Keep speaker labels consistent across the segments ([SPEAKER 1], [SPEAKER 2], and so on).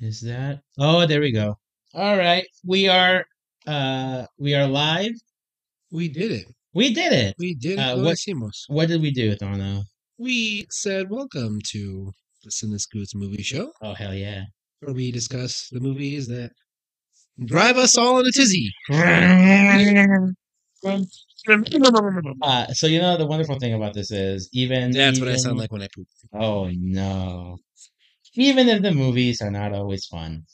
[SPEAKER 1] Is that? Oh, there we go. All right, we are uh we are live.
[SPEAKER 2] We did it.
[SPEAKER 1] We did it.
[SPEAKER 2] We did
[SPEAKER 1] Uh,
[SPEAKER 2] it. Lo
[SPEAKER 1] what-
[SPEAKER 2] hicimos.
[SPEAKER 1] What did we do, Thorno?
[SPEAKER 2] We said welcome to the Cinescoots movie show,
[SPEAKER 1] Oh hell yeah!
[SPEAKER 2] where we discuss the movies that drive us all in a tizzy.
[SPEAKER 1] Uh, so you know the wonderful thing about this is even
[SPEAKER 2] That's what I sound
[SPEAKER 1] even-
[SPEAKER 2] like when I poop.
[SPEAKER 1] Oh no! Even if the movies are not always fun,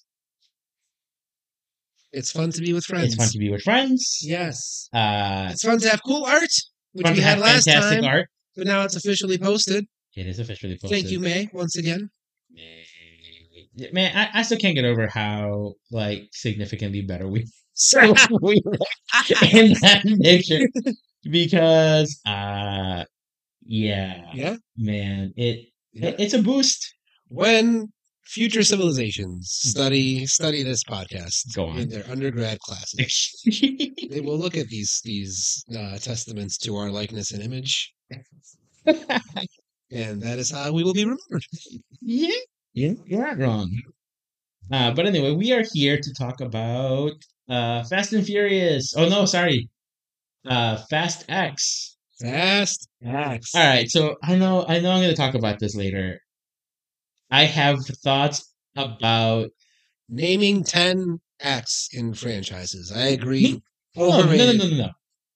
[SPEAKER 2] It's fun to be with friends.
[SPEAKER 1] it's fun to be with friends.
[SPEAKER 2] Yes.
[SPEAKER 1] Uh,
[SPEAKER 2] It's fun to have cool art, which
[SPEAKER 1] fun
[SPEAKER 2] we
[SPEAKER 1] to
[SPEAKER 2] had
[SPEAKER 1] have
[SPEAKER 2] last
[SPEAKER 1] fantastic
[SPEAKER 2] time,
[SPEAKER 1] art.
[SPEAKER 2] but now it's officially posted.
[SPEAKER 1] It is officially posted.
[SPEAKER 2] Thank you, May, once again.
[SPEAKER 1] Yeah, man. I, I still can't get over how like significantly better we
[SPEAKER 2] So,
[SPEAKER 1] we were in that picture because uh yeah,
[SPEAKER 2] yeah.
[SPEAKER 1] man it,
[SPEAKER 2] yeah.
[SPEAKER 1] it it's a boost
[SPEAKER 2] When future civilizations study study this podcast
[SPEAKER 1] Go on.
[SPEAKER 2] in their undergrad classes, they will look at these these uh, testaments to our likeness and image, and that is how we will be remembered.
[SPEAKER 1] yeah yeah you're not wrong uh but anyway we are here to talk about uh fast and furious oh no sorry uh fast x
[SPEAKER 2] Fast acts.
[SPEAKER 1] All right, so I know I know I'm going to talk about this later. I have thoughts about
[SPEAKER 2] Naming ten acts in franchises. I agree.
[SPEAKER 1] oh, no, no,
[SPEAKER 2] Overrated.
[SPEAKER 1] no, no, no,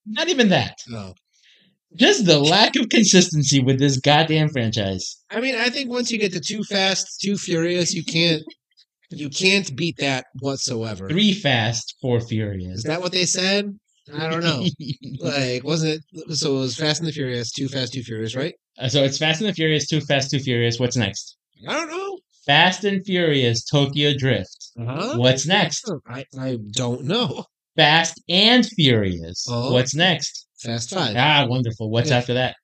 [SPEAKER 1] not even that.
[SPEAKER 2] No.
[SPEAKER 1] Just the lack of consistency with this goddamn franchise.
[SPEAKER 2] I mean, I think once you get to too fast, too furious, you can't you can't beat that whatsoever.
[SPEAKER 1] Three Fast, Four Furious.
[SPEAKER 2] Is that what they said? I don't know. Like, wasn't it? So it was Fast and the Furious, Too Fast, Too Furious, right?
[SPEAKER 1] Uh, so it's Fast and the Furious, Too Fast, Too Furious. What's next?
[SPEAKER 2] I don't know.
[SPEAKER 1] Fast and Furious, Tokyo Drift.
[SPEAKER 2] Huh?
[SPEAKER 1] What's next?
[SPEAKER 2] I, I don't know.
[SPEAKER 1] Fast and Furious.
[SPEAKER 2] Oh.
[SPEAKER 1] What's next?
[SPEAKER 2] Fast Five.
[SPEAKER 1] Ah, wonderful. What's
[SPEAKER 2] Yeah.
[SPEAKER 1] after that?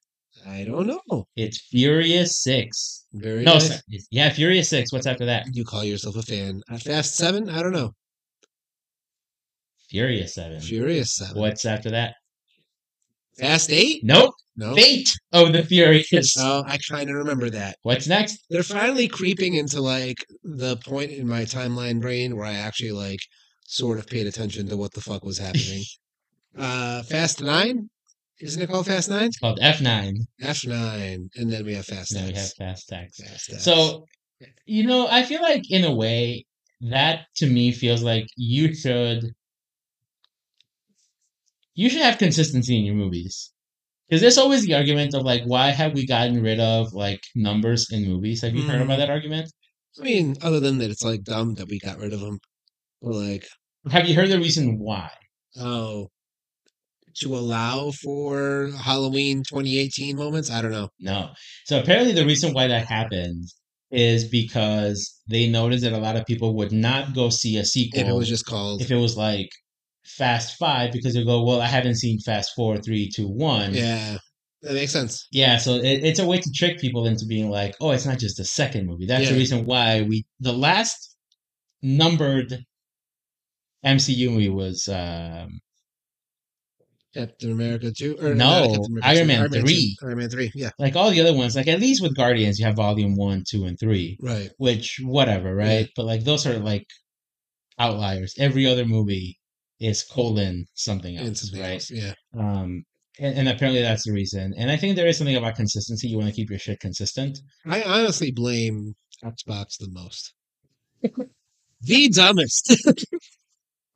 [SPEAKER 2] I don't know.
[SPEAKER 1] It's Furious Six.
[SPEAKER 2] Very
[SPEAKER 1] No,
[SPEAKER 2] nice.
[SPEAKER 1] sir. yeah, Furious Six. What's after that?
[SPEAKER 2] You call yourself a fan. Uh, Fast Seven? I don't know.
[SPEAKER 1] Furious Seven.
[SPEAKER 2] Furious Seven.
[SPEAKER 1] What's after that?
[SPEAKER 2] Fast Eight?
[SPEAKER 1] Nope.
[SPEAKER 2] No.
[SPEAKER 1] Fate of the Furious.
[SPEAKER 2] Oh, I kind of remember that.
[SPEAKER 1] What's next?
[SPEAKER 2] They're finally creeping into like the point in my timeline brain where I actually like sort of paid attention to what the fuck was happening. uh Fast Nine? Isn't it called Fast Nine?
[SPEAKER 1] It's called F Nine.
[SPEAKER 2] F Nine. And then we have Fast
[SPEAKER 1] Now we have
[SPEAKER 2] X.
[SPEAKER 1] Fast X.
[SPEAKER 2] Fast X.
[SPEAKER 1] So, you know, I feel like in a way that to me feels like you should you should have consistency in your movies. Because there's always the argument of like, why have we gotten rid of like numbers in movies? Have you heard about
[SPEAKER 2] Mhm.
[SPEAKER 1] that argument?
[SPEAKER 2] I mean, other than that, it's like dumb that we got rid of them. But like,
[SPEAKER 1] Have you heard the reason why?
[SPEAKER 2] oh, to allow for Halloween 2018 moments? I don't know.
[SPEAKER 1] No. So apparently, the reason why that happened is because they noticed that a lot of people would not go see a sequel
[SPEAKER 2] If it was just called,
[SPEAKER 1] Oh, if it was like Fast Five because they go, well, I haven't seen Fast Four, Three, Two, One.
[SPEAKER 2] yeah, that makes sense.
[SPEAKER 1] Yeah, so it, it's a way to trick people into being like, oh, it's not just the second movie. That's the
[SPEAKER 2] Yeah.
[SPEAKER 1] reason why we the last numbered MCU movie was um,
[SPEAKER 2] Captain America 2? Or
[SPEAKER 1] No,
[SPEAKER 2] not Captain America
[SPEAKER 1] Iron
[SPEAKER 2] 2,
[SPEAKER 1] Man 3.
[SPEAKER 2] 2, Iron Man 3, yeah,
[SPEAKER 1] like all the other ones. Like at least with Guardians, you have Volume One, Two, and Three.
[SPEAKER 2] right.
[SPEAKER 1] which whatever, right?
[SPEAKER 2] Yeah.
[SPEAKER 1] But like those are like outliers. Every other movie is colon something
[SPEAKER 2] and
[SPEAKER 1] else,
[SPEAKER 2] something
[SPEAKER 1] right?
[SPEAKER 2] else, Yeah.
[SPEAKER 1] Um, and, and apparently that's the reason. And I think there is something about consistency. You want to keep your shit consistent.
[SPEAKER 2] I honestly blame Xbox the most. the dumbest.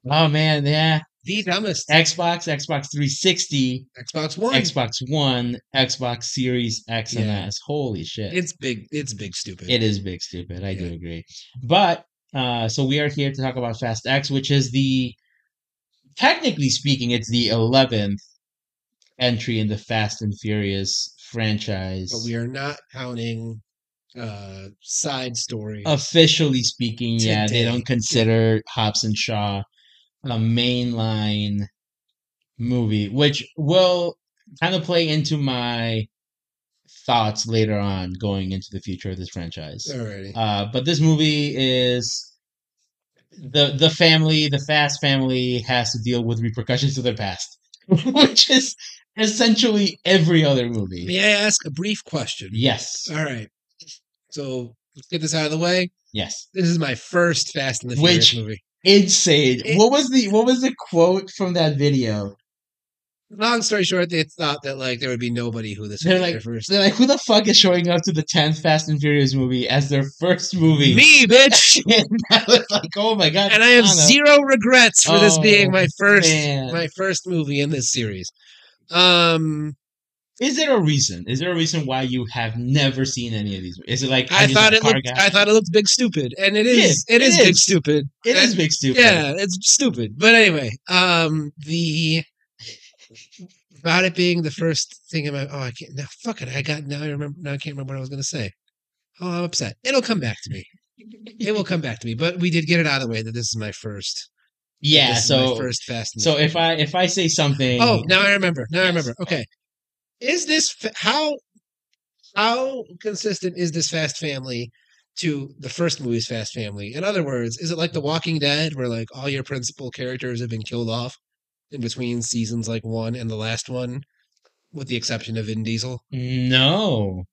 [SPEAKER 1] Oh man, yeah.
[SPEAKER 2] the dumbest.
[SPEAKER 1] Xbox, Xbox 360,
[SPEAKER 2] Xbox One.
[SPEAKER 1] Xbox One, Xbox Series X and
[SPEAKER 2] Yeah.
[SPEAKER 1] S. Holy shit.
[SPEAKER 2] It's big. It's big stupid.
[SPEAKER 1] It is big stupid. I do
[SPEAKER 2] Yeah.
[SPEAKER 1] agree. But uh, so we are here to talk about Fast X, which is the technically speaking, it's the eleventh entry in the Fast and Furious franchise.
[SPEAKER 2] But we are not counting uh side story.
[SPEAKER 1] officially speaking, yeah, they
[SPEAKER 2] Today.
[SPEAKER 1] don't consider Hobbs and Shaw a mainline movie, which will kind of play into my thoughts later on going into the future of this franchise.
[SPEAKER 2] Already.
[SPEAKER 1] Uh, but this movie is the the family, the Fast family, has to deal with repercussions of their past, which is essentially every other movie.
[SPEAKER 2] May I ask a brief question?
[SPEAKER 1] Yes.
[SPEAKER 2] All right. So let's get this out of the way.
[SPEAKER 1] Yes.
[SPEAKER 2] This is my first Fast and the Furious
[SPEAKER 1] Which-
[SPEAKER 2] movie.
[SPEAKER 1] Insane.
[SPEAKER 2] It-
[SPEAKER 1] what was the what was the quote from that video?
[SPEAKER 2] Long story short, they thought that like there would be nobody who this would
[SPEAKER 1] They're
[SPEAKER 2] be
[SPEAKER 1] like-
[SPEAKER 2] their first.
[SPEAKER 1] They're like, who the fuck is showing up to the tenth Fast and Furious movie as their first movie?
[SPEAKER 2] Me, bitch.
[SPEAKER 1] and I was like, oh my god.
[SPEAKER 2] and I have
[SPEAKER 1] Anna.
[SPEAKER 2] zero regrets for this being
[SPEAKER 1] Oh,
[SPEAKER 2] my first
[SPEAKER 1] man.
[SPEAKER 2] my first movie in this series. Um,
[SPEAKER 1] Is there a reason? Is there a reason why you have never seen any of these? Is it like
[SPEAKER 2] I,
[SPEAKER 1] I'm just
[SPEAKER 2] thought
[SPEAKER 1] a
[SPEAKER 2] it
[SPEAKER 1] car
[SPEAKER 2] looked
[SPEAKER 1] guy?
[SPEAKER 2] I thought it looked big stupid, and it
[SPEAKER 1] It
[SPEAKER 2] is
[SPEAKER 1] is, it
[SPEAKER 2] it is big
[SPEAKER 1] is.
[SPEAKER 2] stupid.
[SPEAKER 1] it is big stupid.
[SPEAKER 2] Yeah, it's stupid. But anyway, um, the about it being the first thing in my oh I can't now fuck it I got now I remember now I can't remember what I was gonna say. Oh, I'm upset. It'll come back to me. It will come back to me. But we did get it out of the way that this is my first. that
[SPEAKER 1] Yeah.
[SPEAKER 2] this is my
[SPEAKER 1] So
[SPEAKER 2] first Fast. and the
[SPEAKER 1] so if I if I say something,
[SPEAKER 2] Oh, now I remember. Now I
[SPEAKER 1] Yes.
[SPEAKER 2] remember. Okay. Is this fa- how how consistent is this Fast Family to the first movie's Fast Family? In other words, is it like The Walking Dead, where like all your principal characters have been killed off in between seasons, like one and the last one, with the exception of Vin Diesel?
[SPEAKER 1] No.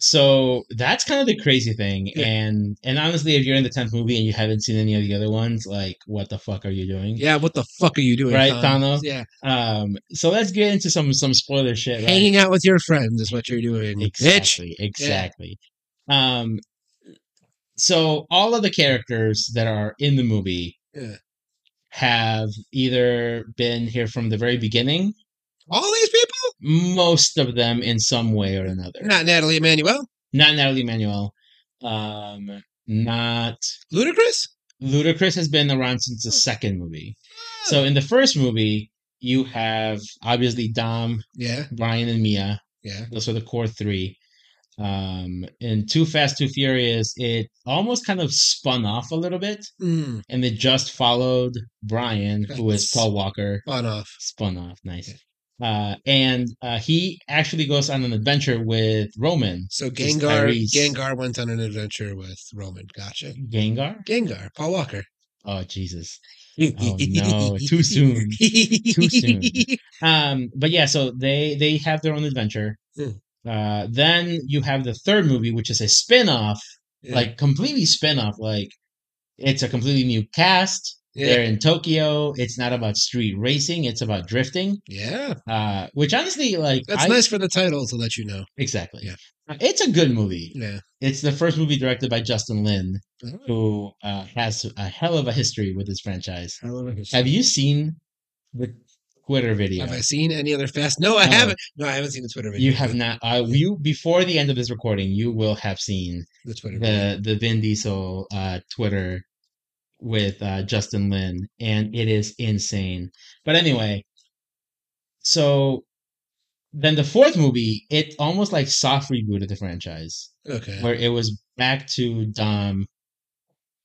[SPEAKER 1] So that's kind of the crazy thing.
[SPEAKER 2] Yeah.
[SPEAKER 1] And and honestly, if you're in the tenth movie and you haven't seen any of the other ones, like what the fuck are you doing?
[SPEAKER 2] Yeah. What the fuck are you doing,
[SPEAKER 1] Right,
[SPEAKER 2] Tom?
[SPEAKER 1] Thanos?
[SPEAKER 2] Yeah.
[SPEAKER 1] Um so let's get into some some spoiler shit, right?
[SPEAKER 2] Hanging out with your friends is what you're doing, bitch.
[SPEAKER 1] Exactly, exactly. Um so all of the characters that are in the movie
[SPEAKER 2] Yeah.
[SPEAKER 1] have either been here from the very beginning,
[SPEAKER 2] All these people,
[SPEAKER 1] most of them in some way or another.
[SPEAKER 2] not Natalie Emanuel,
[SPEAKER 1] Not Natalie Manuel. Um not
[SPEAKER 2] Ludacris.
[SPEAKER 1] Ludacris has been around since the
[SPEAKER 2] Hmm.
[SPEAKER 1] second movie. So in the first movie, you have obviously Dom,
[SPEAKER 2] Yeah.
[SPEAKER 1] Brian, and Mia.
[SPEAKER 2] Yeah.
[SPEAKER 1] Those are the core three. Um, in Too Fast, Too Furious, it almost kind of spun off a little bit,
[SPEAKER 2] Mm,
[SPEAKER 1] and it just followed Brian, who is
[SPEAKER 2] Nice.
[SPEAKER 1] Paul Walker.
[SPEAKER 2] on off.
[SPEAKER 1] Spun off, nice. Uh, and uh, he actually goes on an adventure with Roman
[SPEAKER 2] So
[SPEAKER 1] Just
[SPEAKER 2] Gengar
[SPEAKER 1] Tyrese.
[SPEAKER 2] Gengar went on an adventure with Roman. Gotcha.
[SPEAKER 1] Gengar.
[SPEAKER 2] Gengar, Paul Walker.
[SPEAKER 1] Oh Jesus! Oh, no, too soon.
[SPEAKER 2] too
[SPEAKER 1] soon. um but yeah so they they have their own adventure
[SPEAKER 2] Hmm.
[SPEAKER 1] uh then you have the third movie which is a spin-off like completely spin-off like it's a completely new cast they're
[SPEAKER 2] yeah.
[SPEAKER 1] in tokyo it's not about street racing it's about drifting
[SPEAKER 2] yeah,
[SPEAKER 1] uh which honestly like
[SPEAKER 2] that's
[SPEAKER 1] I-
[SPEAKER 2] nice for the title to let you know.
[SPEAKER 1] exactly
[SPEAKER 2] Yeah.
[SPEAKER 1] it's a good movie
[SPEAKER 2] Yeah,
[SPEAKER 1] it's the first movie directed by justin lin
[SPEAKER 2] Alright.
[SPEAKER 1] who uh, has a hell of a history with this franchise
[SPEAKER 2] I love it.
[SPEAKER 1] have you seen the twitter video
[SPEAKER 2] Have I seen any other fast? No, I
[SPEAKER 1] No.
[SPEAKER 2] haven't. No, I haven't seen the Twitter video.
[SPEAKER 1] You have not. Uh, you before the end of this recording, you will have seen
[SPEAKER 2] the Twitter. video.
[SPEAKER 1] the the Vin Diesel uh, Twitter with uh, Justin Lin, and it is insane. But anyway, so then the fourth movie, it almost like soft rebooted the franchise,
[SPEAKER 2] Okay.
[SPEAKER 1] where it was back to Dom.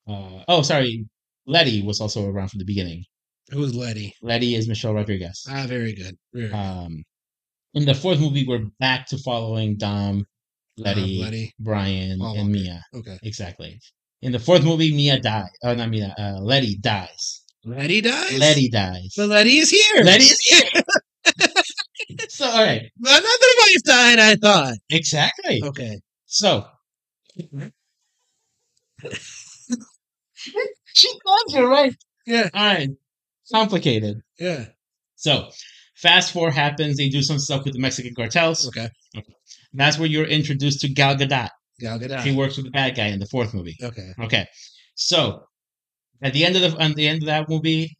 [SPEAKER 1] Uh, oh, sorry, Letty was also around from the beginning.
[SPEAKER 2] Who's Letty?
[SPEAKER 1] Letty is Michelle Rodriguez.
[SPEAKER 2] Ah, very good. Very good.
[SPEAKER 1] Um, in the fourth movie, we're back to following Dom, Letty,
[SPEAKER 2] Um, Letty.
[SPEAKER 1] Brian,
[SPEAKER 2] Paul
[SPEAKER 1] and
[SPEAKER 2] Walker.
[SPEAKER 1] Mia.
[SPEAKER 2] Okay.
[SPEAKER 1] Exactly. In the fourth movie, Mia dies. Oh, not Mia. Uh, Letty dies.
[SPEAKER 2] Letty dies.
[SPEAKER 1] Letty dies.
[SPEAKER 2] But Letty is here.
[SPEAKER 1] Letty is here. so, all right.
[SPEAKER 2] Another wife died. I thought.
[SPEAKER 1] Exactly.
[SPEAKER 2] Okay.
[SPEAKER 1] So. she loves you, right?
[SPEAKER 2] Yeah.
[SPEAKER 1] All right. Complicated.
[SPEAKER 2] Yeah.
[SPEAKER 1] So, Fast Four happens. They do some stuff with the Mexican cartels.
[SPEAKER 2] Okay.
[SPEAKER 1] That's where you're introduced to Gal Gadot.
[SPEAKER 2] Gal
[SPEAKER 1] She
[SPEAKER 2] Gadot.
[SPEAKER 1] works with the bad guy in the fourth movie.
[SPEAKER 2] Okay.
[SPEAKER 1] Okay, so at the end of the at the end of that movie,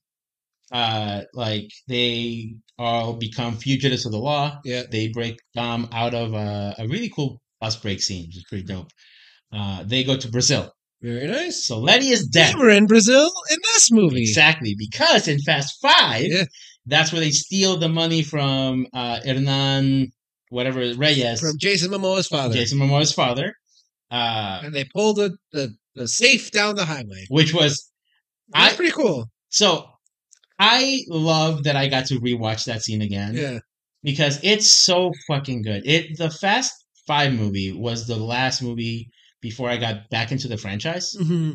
[SPEAKER 1] uh, like they all become fugitives of the law.
[SPEAKER 2] Yeah.
[SPEAKER 1] They break Dom out of a, a really cool bus break scene, which is pretty dope. Uh, they go to Brazil.
[SPEAKER 2] Very nice.
[SPEAKER 1] So Letty is dead.
[SPEAKER 2] We were in Brazil in this movie.
[SPEAKER 1] Exactly, because in Fast Five,
[SPEAKER 2] Yeah.
[SPEAKER 1] that's where they steal the money from uh, Hernan, whatever Reyes,
[SPEAKER 2] From Jason Momoa's father.
[SPEAKER 1] Jason Momoa's father. Uh,
[SPEAKER 2] And they pulled the, the, the safe down the highway.
[SPEAKER 1] which was
[SPEAKER 2] That's
[SPEAKER 1] I-
[SPEAKER 2] pretty cool.
[SPEAKER 1] so I love that I got to rewatch that scene again
[SPEAKER 2] Yeah.
[SPEAKER 1] because it's so fucking good. It the Fast Five movie was the last movie before I got back into the franchise,
[SPEAKER 2] Mm-hmm.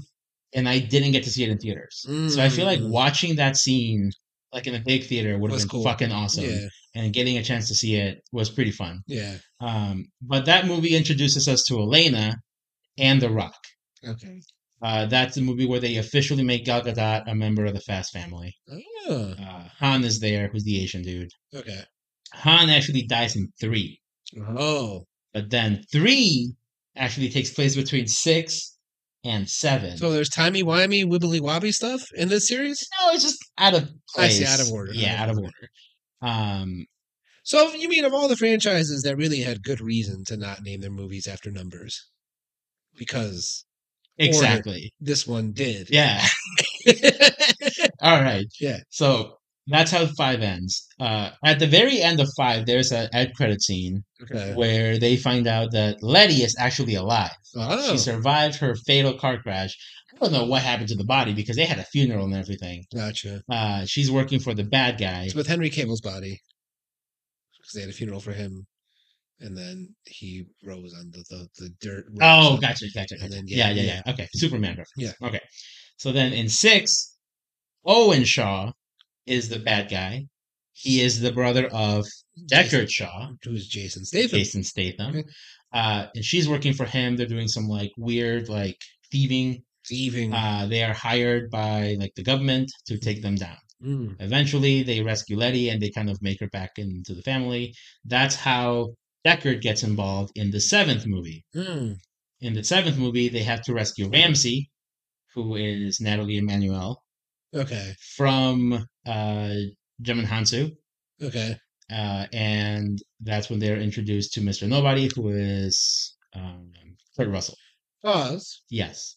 [SPEAKER 1] and I didn't get to see it in theaters. So I feel like
[SPEAKER 2] Mm.
[SPEAKER 1] watching that scene like in a big theater would have
[SPEAKER 2] Was
[SPEAKER 1] been
[SPEAKER 2] cool.
[SPEAKER 1] fucking awesome,
[SPEAKER 2] Yeah.
[SPEAKER 1] and getting a chance to see it was pretty fun.
[SPEAKER 2] Yeah.
[SPEAKER 1] Um, but that movie introduces us to Elena, and The Rock.
[SPEAKER 2] Okay.
[SPEAKER 1] Uh, that's the movie where they officially make Gal Gadot a member of the Fast family.
[SPEAKER 2] Oh,
[SPEAKER 1] Uh, Han is there, who's the Asian dude.
[SPEAKER 2] okay.
[SPEAKER 1] Han actually dies in three,
[SPEAKER 2] Oh,
[SPEAKER 1] but then three actually takes place between six and seven.
[SPEAKER 2] so there's timey wimey wibbly wobbly stuff in this series.
[SPEAKER 1] no, it's just out of
[SPEAKER 2] I
[SPEAKER 1] place.
[SPEAKER 2] see, out of order,
[SPEAKER 1] Yeah,
[SPEAKER 2] out
[SPEAKER 1] out
[SPEAKER 2] of
[SPEAKER 1] of order. Um,
[SPEAKER 2] So you mean of all the franchises that really had good reason to not name their movies after numbers, because
[SPEAKER 1] exactly.
[SPEAKER 2] this one did.
[SPEAKER 1] Yeah. All right.
[SPEAKER 2] Yeah.
[SPEAKER 1] So that's how five ends. Uh, at the very end of five, there's an ad credit scene
[SPEAKER 2] okay.
[SPEAKER 1] where they find out that Letty is actually alive.
[SPEAKER 2] Oh.
[SPEAKER 1] She survived her fatal car crash. I don't know what happened to the body because they had a funeral and everything.
[SPEAKER 2] Gotcha.
[SPEAKER 1] Uh, she's working for the bad guy.
[SPEAKER 2] It's with Henry Cable's body. Because they had a funeral for him. And then he rose on the, the, the dirt. road,
[SPEAKER 1] Oh,
[SPEAKER 2] so-
[SPEAKER 1] gotcha, gotcha,
[SPEAKER 2] And
[SPEAKER 1] gotcha.
[SPEAKER 2] then, yeah,
[SPEAKER 1] yeah, yeah, yeah, Okay, Superman reference.
[SPEAKER 2] Yeah.
[SPEAKER 1] Okay. So then in six, Owen Shaw is the bad guy. He is the brother of Deckard Shaw.
[SPEAKER 2] Who's Jason Statham?
[SPEAKER 1] Jason Statham.
[SPEAKER 2] Okay.
[SPEAKER 1] Uh, and she's working for him. They're doing some like weird like thieving.
[SPEAKER 2] Thieving.
[SPEAKER 1] Uh, they are hired by like the government to take them down.
[SPEAKER 2] Mm. Mm.
[SPEAKER 1] Eventually, they rescue Letty and they kind of make her back into the family. That's how Deckard gets involved in the seventh movie.
[SPEAKER 2] Mm.
[SPEAKER 1] In the seventh movie, they have to rescue Ramsey, who is Natalie Emanuel
[SPEAKER 2] Okay.
[SPEAKER 1] from uh, Jim and Hansu.
[SPEAKER 2] Okay.
[SPEAKER 1] uh, and that's when they're introduced to Mr. Nobody, who is um, Kurt Russell.
[SPEAKER 2] Pause.
[SPEAKER 1] Yes,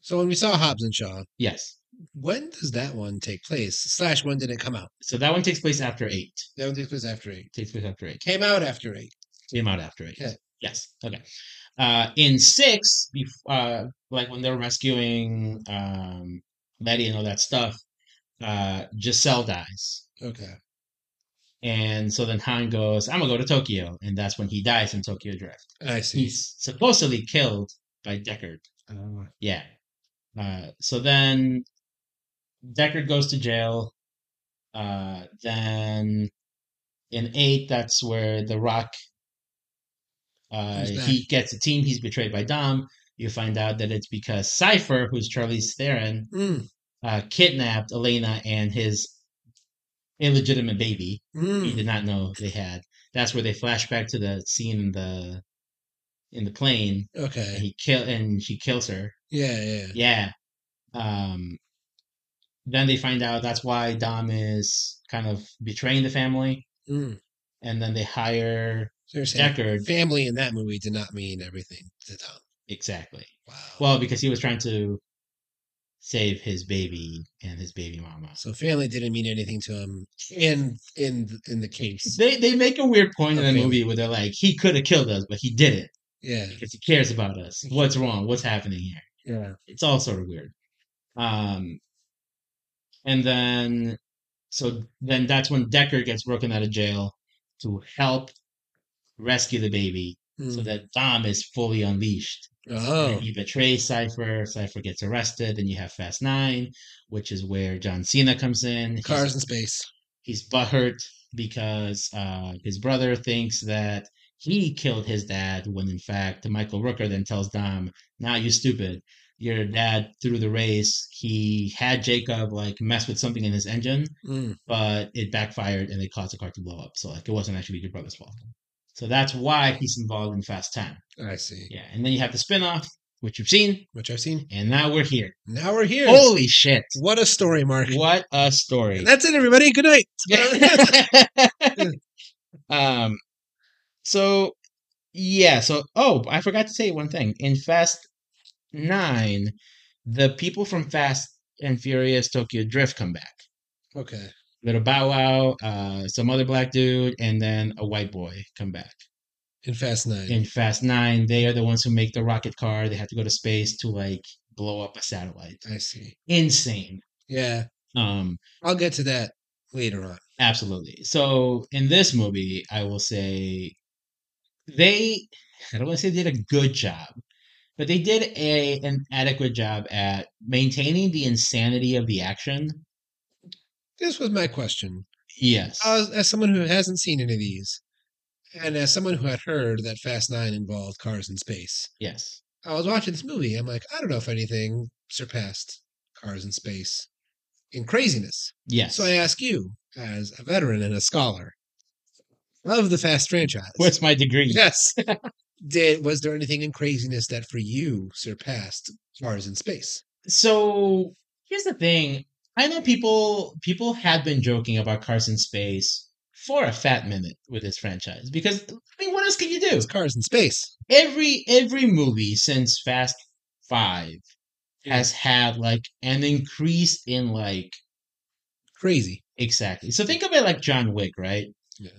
[SPEAKER 2] So when we saw Hobbs and Shaw,
[SPEAKER 1] yes.
[SPEAKER 2] when does that one take place? Slash, when did it come out?
[SPEAKER 1] So that one takes place after eight.
[SPEAKER 2] That one takes place after eight.
[SPEAKER 1] Takes place after eight.
[SPEAKER 2] Came out after eight.
[SPEAKER 1] Came out after eight.
[SPEAKER 2] Okay.
[SPEAKER 1] Yes. Okay. Uh, in six, bef- uh, like when they're rescuing um, Letty and all that stuff, uh, Giselle dies.
[SPEAKER 2] Okay.
[SPEAKER 1] And so then Han goes, I'm going to go to Tokyo. And that's when he dies in Tokyo Drift.
[SPEAKER 2] I see.
[SPEAKER 1] He's supposedly killed by Deckard.
[SPEAKER 2] Oh.
[SPEAKER 1] Yeah. Uh, so then Deckard goes to jail. Uh, then in eight, that's where The Rock. Uh,
[SPEAKER 2] Comes back.
[SPEAKER 1] he gets a team. He's betrayed by Dom. You find out that it's because Cipher, who's Charlize Theron,
[SPEAKER 2] Mm.
[SPEAKER 1] uh, kidnapped Elena and his illegitimate baby. He
[SPEAKER 2] Mm.
[SPEAKER 1] did not know they had. That's where they flash back to the scene in the in the plane. And
[SPEAKER 2] Okay.
[SPEAKER 1] he kill and she kills her.
[SPEAKER 2] Yeah, yeah.
[SPEAKER 1] Yeah. Um, then they find out that's why Dom is kind of betraying the family,
[SPEAKER 2] Mm.
[SPEAKER 1] and then they hire
[SPEAKER 2] So you're saying
[SPEAKER 1] Deckard.
[SPEAKER 2] family in that movie did not mean everything to Tom.
[SPEAKER 1] Exactly.
[SPEAKER 2] Wow.
[SPEAKER 1] Well, because he was trying to save his baby and his baby mama.
[SPEAKER 2] So family didn't mean anything to him in in th- in the case.
[SPEAKER 1] They they make a weird point in the
[SPEAKER 2] Okay.
[SPEAKER 1] movie where they're like, he could have killed us, but he didn't
[SPEAKER 2] Yeah.
[SPEAKER 1] because he cares about us. What's wrong? What's happening here?
[SPEAKER 2] Yeah.
[SPEAKER 1] it's all sort of weird. Um, and then, so then that's when Decker gets broken out of jail to help rescue the baby, so
[SPEAKER 2] Mm.
[SPEAKER 1] that Dom is fully unleashed.
[SPEAKER 2] oh.
[SPEAKER 1] And he betrays Cipher. Cipher gets arrested. Then you have Fast Nine, which is where John Cena comes in.
[SPEAKER 2] Cars in space.
[SPEAKER 1] He's, he's butthurt because uh, his brother thinks that he killed his dad, when in fact Michael Rooker then tells Dom, "Now you stupid. Your dad threw the race. He had Jacob like mess with something in his engine,
[SPEAKER 2] Mm.
[SPEAKER 1] but it backfired and it caused the car to blow up. So like it wasn't actually your brother's fault. So that's why he's involved in Fast Ten.
[SPEAKER 2] I see.
[SPEAKER 1] Yeah, and then you have the spinoff, which you've seen,
[SPEAKER 2] Which I've seen.
[SPEAKER 1] and now we're here.
[SPEAKER 2] Now we're here.
[SPEAKER 1] Holy shit!
[SPEAKER 2] What a story, Mark.
[SPEAKER 1] What a story.
[SPEAKER 2] That's it, everybody. Good night.
[SPEAKER 1] um so yeah so oh i forgot to say one thing in fast nine the people from fast and furious tokyo drift come back
[SPEAKER 2] Okay.
[SPEAKER 1] little bow wow uh some other black dude and then a white boy come back
[SPEAKER 2] In Fast Nine.
[SPEAKER 1] in fast nine they are the ones who make the rocket car they have to go to space to like blow up a satellite
[SPEAKER 2] I see.
[SPEAKER 1] insane
[SPEAKER 2] Yeah.
[SPEAKER 1] um
[SPEAKER 2] I'll get to that later on.
[SPEAKER 1] Absolutely. So in this movie, I will say they I don't want to say they did a good job, but they did a an adequate job at maintaining the insanity of the action.
[SPEAKER 2] This was my question.
[SPEAKER 1] Yes.
[SPEAKER 2] As, as someone who hasn't seen any of these, and as someone who had heard that Fast Nine involved cars in space,
[SPEAKER 1] yes.
[SPEAKER 2] I was watching this movie. I'm like, I don't know if anything surpassed Cars in Space in craziness.
[SPEAKER 1] Yes.
[SPEAKER 2] So I ask you, as a veteran and a scholar of the Fast franchise,
[SPEAKER 1] What's my degree?
[SPEAKER 2] yes, did was there anything in craziness that for you surpassed Cars in Space?
[SPEAKER 1] So here's the thing. I know people people have been joking about Carson Space for a fat minute with this franchise because I mean what else can you do?
[SPEAKER 2] It's Cars in Space.
[SPEAKER 1] Every every movie since Fast Five has had like an increase in like
[SPEAKER 2] Crazy.
[SPEAKER 1] exactly. So think of it like John Wick, right?
[SPEAKER 2] Yeah.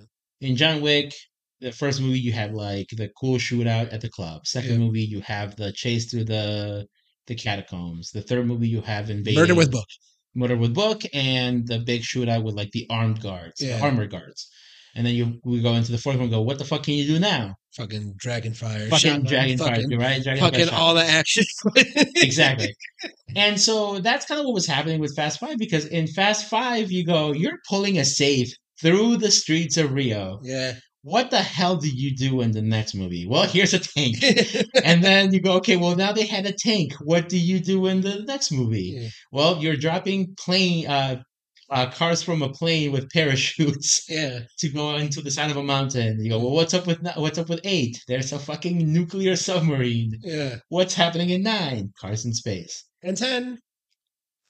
[SPEAKER 1] in John Wick, the first movie you have like the cool shootout at the club. Second
[SPEAKER 2] Yeah.
[SPEAKER 1] movie you have the chase through the the catacombs. The third movie you have invading
[SPEAKER 2] Murder with book.
[SPEAKER 1] murder with book and the big shootout with like the armed guards,
[SPEAKER 2] Yeah.
[SPEAKER 1] the armored guards. And then you we go into the fourth one. and Go, what the fuck can you do now?
[SPEAKER 2] Fucking dragon fire.
[SPEAKER 1] Fucking
[SPEAKER 2] shotgun,
[SPEAKER 1] dragon fire,
[SPEAKER 2] fucking,
[SPEAKER 1] right? Dragon
[SPEAKER 2] fucking
[SPEAKER 1] fire
[SPEAKER 2] all the action.
[SPEAKER 1] exactly. And so that's kind of what was happening with Fast Five because in Fast Five you go, you're pulling a safe through the streets of Rio.
[SPEAKER 2] Yeah.
[SPEAKER 1] what the hell do you do in the next movie? Well, here's a tank. and then you go, okay, well, now they had a tank. What do you do in the next movie?
[SPEAKER 2] Yeah.
[SPEAKER 1] Well, you're dropping plane, uh, uh, cars from a plane with parachutes
[SPEAKER 2] yeah.
[SPEAKER 1] to go into the side of a mountain. You go, well, what's up with ni- what's up with eight? There's a fucking nuclear submarine.
[SPEAKER 2] Yeah.
[SPEAKER 1] What's happening in nine? Cars in space.
[SPEAKER 2] And ten.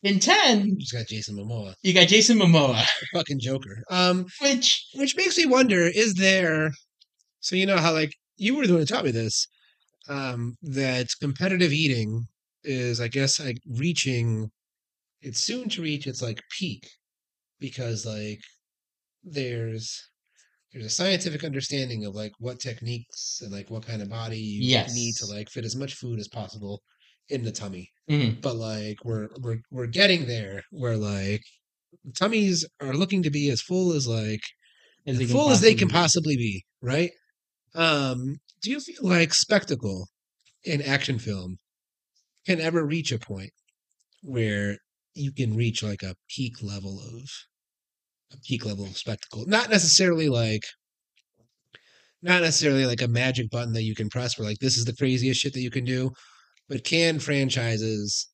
[SPEAKER 1] In ten,
[SPEAKER 2] Just got Jason Momoa,
[SPEAKER 1] you got Jason Momoa,
[SPEAKER 2] the fucking Joker. Um,
[SPEAKER 1] which
[SPEAKER 2] which makes me wonder: is there? So you know how like you were the one who taught me this. Um, that competitive eating is, I guess, like reaching. It's soon to reach its like peak, because like there's there's a scientific understanding of like what techniques and like what kind of body you
[SPEAKER 1] Yes.
[SPEAKER 2] need to like fit as much food as possible in the tummy.
[SPEAKER 1] mhm,
[SPEAKER 2] but like we're we're we're getting there where like tummies are looking to be as full as like
[SPEAKER 1] as they
[SPEAKER 2] as
[SPEAKER 1] can
[SPEAKER 2] full as they can
[SPEAKER 1] possibly-
[SPEAKER 2] possibly be right um do you feel like spectacle in action film can ever reach a point where you can reach like a peak level of a peak level of spectacle not necessarily like not necessarily like a magic button that you can press where like this is the craziest shit that you can do but can franchises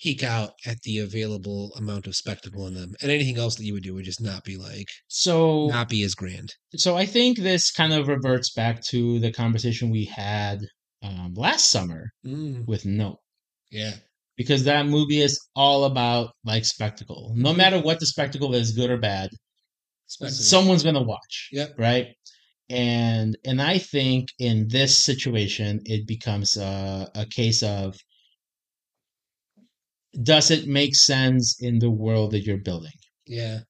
[SPEAKER 2] peak out at the available amount of spectacle in them and anything else that you would do would just not be like
[SPEAKER 1] So
[SPEAKER 2] not be as grand
[SPEAKER 1] so I think this kind of reverts back to the conversation we had um, last summer with Nope,
[SPEAKER 2] Mm, yeah
[SPEAKER 1] because that movie is all about like spectacle. No
[SPEAKER 2] Mm-hmm.
[SPEAKER 1] matter what the spectacle is, good or bad,
[SPEAKER 2] spectacle.
[SPEAKER 1] someone's gonna watch.
[SPEAKER 2] Yep.
[SPEAKER 1] Right. And and I think in this situation, it becomes a, a case of does it make sense in the world that you're building?
[SPEAKER 2] yeah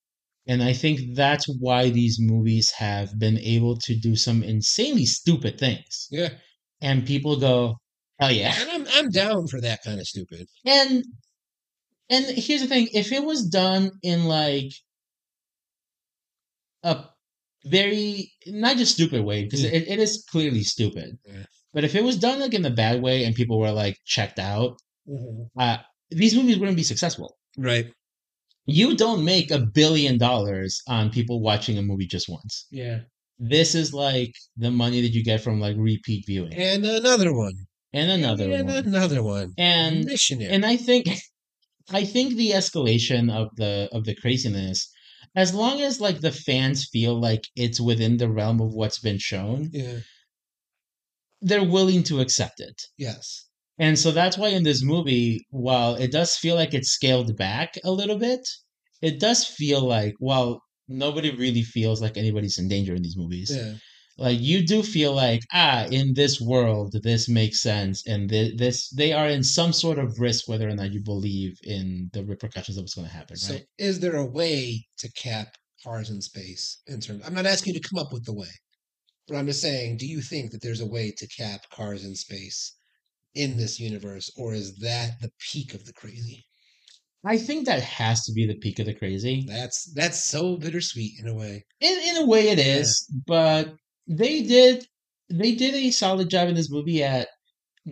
[SPEAKER 1] And I think that's why these movies have been able to do some insanely stupid things.
[SPEAKER 2] yeah
[SPEAKER 1] And people go, hell yeah.
[SPEAKER 2] and i'm i'm down for that kind of stupid
[SPEAKER 1] And and here's the thing, if it was done in like a very not just stupid way, because
[SPEAKER 2] Mm.
[SPEAKER 1] it, it is clearly stupid.
[SPEAKER 2] Yeah.
[SPEAKER 1] But if it was done like in the bad way and people were like checked out,
[SPEAKER 2] Mm-hmm.
[SPEAKER 1] uh, these movies wouldn't be successful.
[SPEAKER 2] right
[SPEAKER 1] You don't make a billion dollars on people watching a movie just once.
[SPEAKER 2] yeah
[SPEAKER 1] this is like the money that you get from like repeat viewing
[SPEAKER 2] and another one
[SPEAKER 1] and another
[SPEAKER 2] and
[SPEAKER 1] one
[SPEAKER 2] another one
[SPEAKER 1] and
[SPEAKER 2] missionary
[SPEAKER 1] and i think i think the escalation of the of the craziness as long as like the fans feel like it's within the realm of what's been shown
[SPEAKER 2] yeah
[SPEAKER 1] they're willing to accept it
[SPEAKER 2] yes
[SPEAKER 1] and so that's why in this movie while it does feel like it's scaled back a little bit it does feel like well nobody really feels like anybody's in danger in these movies
[SPEAKER 2] yeah
[SPEAKER 1] like you do feel like ah in this world this makes sense and th- this they are in some sort of risk whether or not you believe in the repercussions of what's going to happen
[SPEAKER 2] so
[SPEAKER 1] right
[SPEAKER 2] is there a way to cap cars in space in terms i'm not asking you to come up with the way but i'm just saying do you think that there's a way to cap cars in space in this universe or is that the peak of the crazy
[SPEAKER 1] i think that has to be the peak of the crazy
[SPEAKER 2] that's that's so bittersweet in a way
[SPEAKER 1] in, in a way it
[SPEAKER 2] Yeah.
[SPEAKER 1] is but they did they did a solid job in this movie at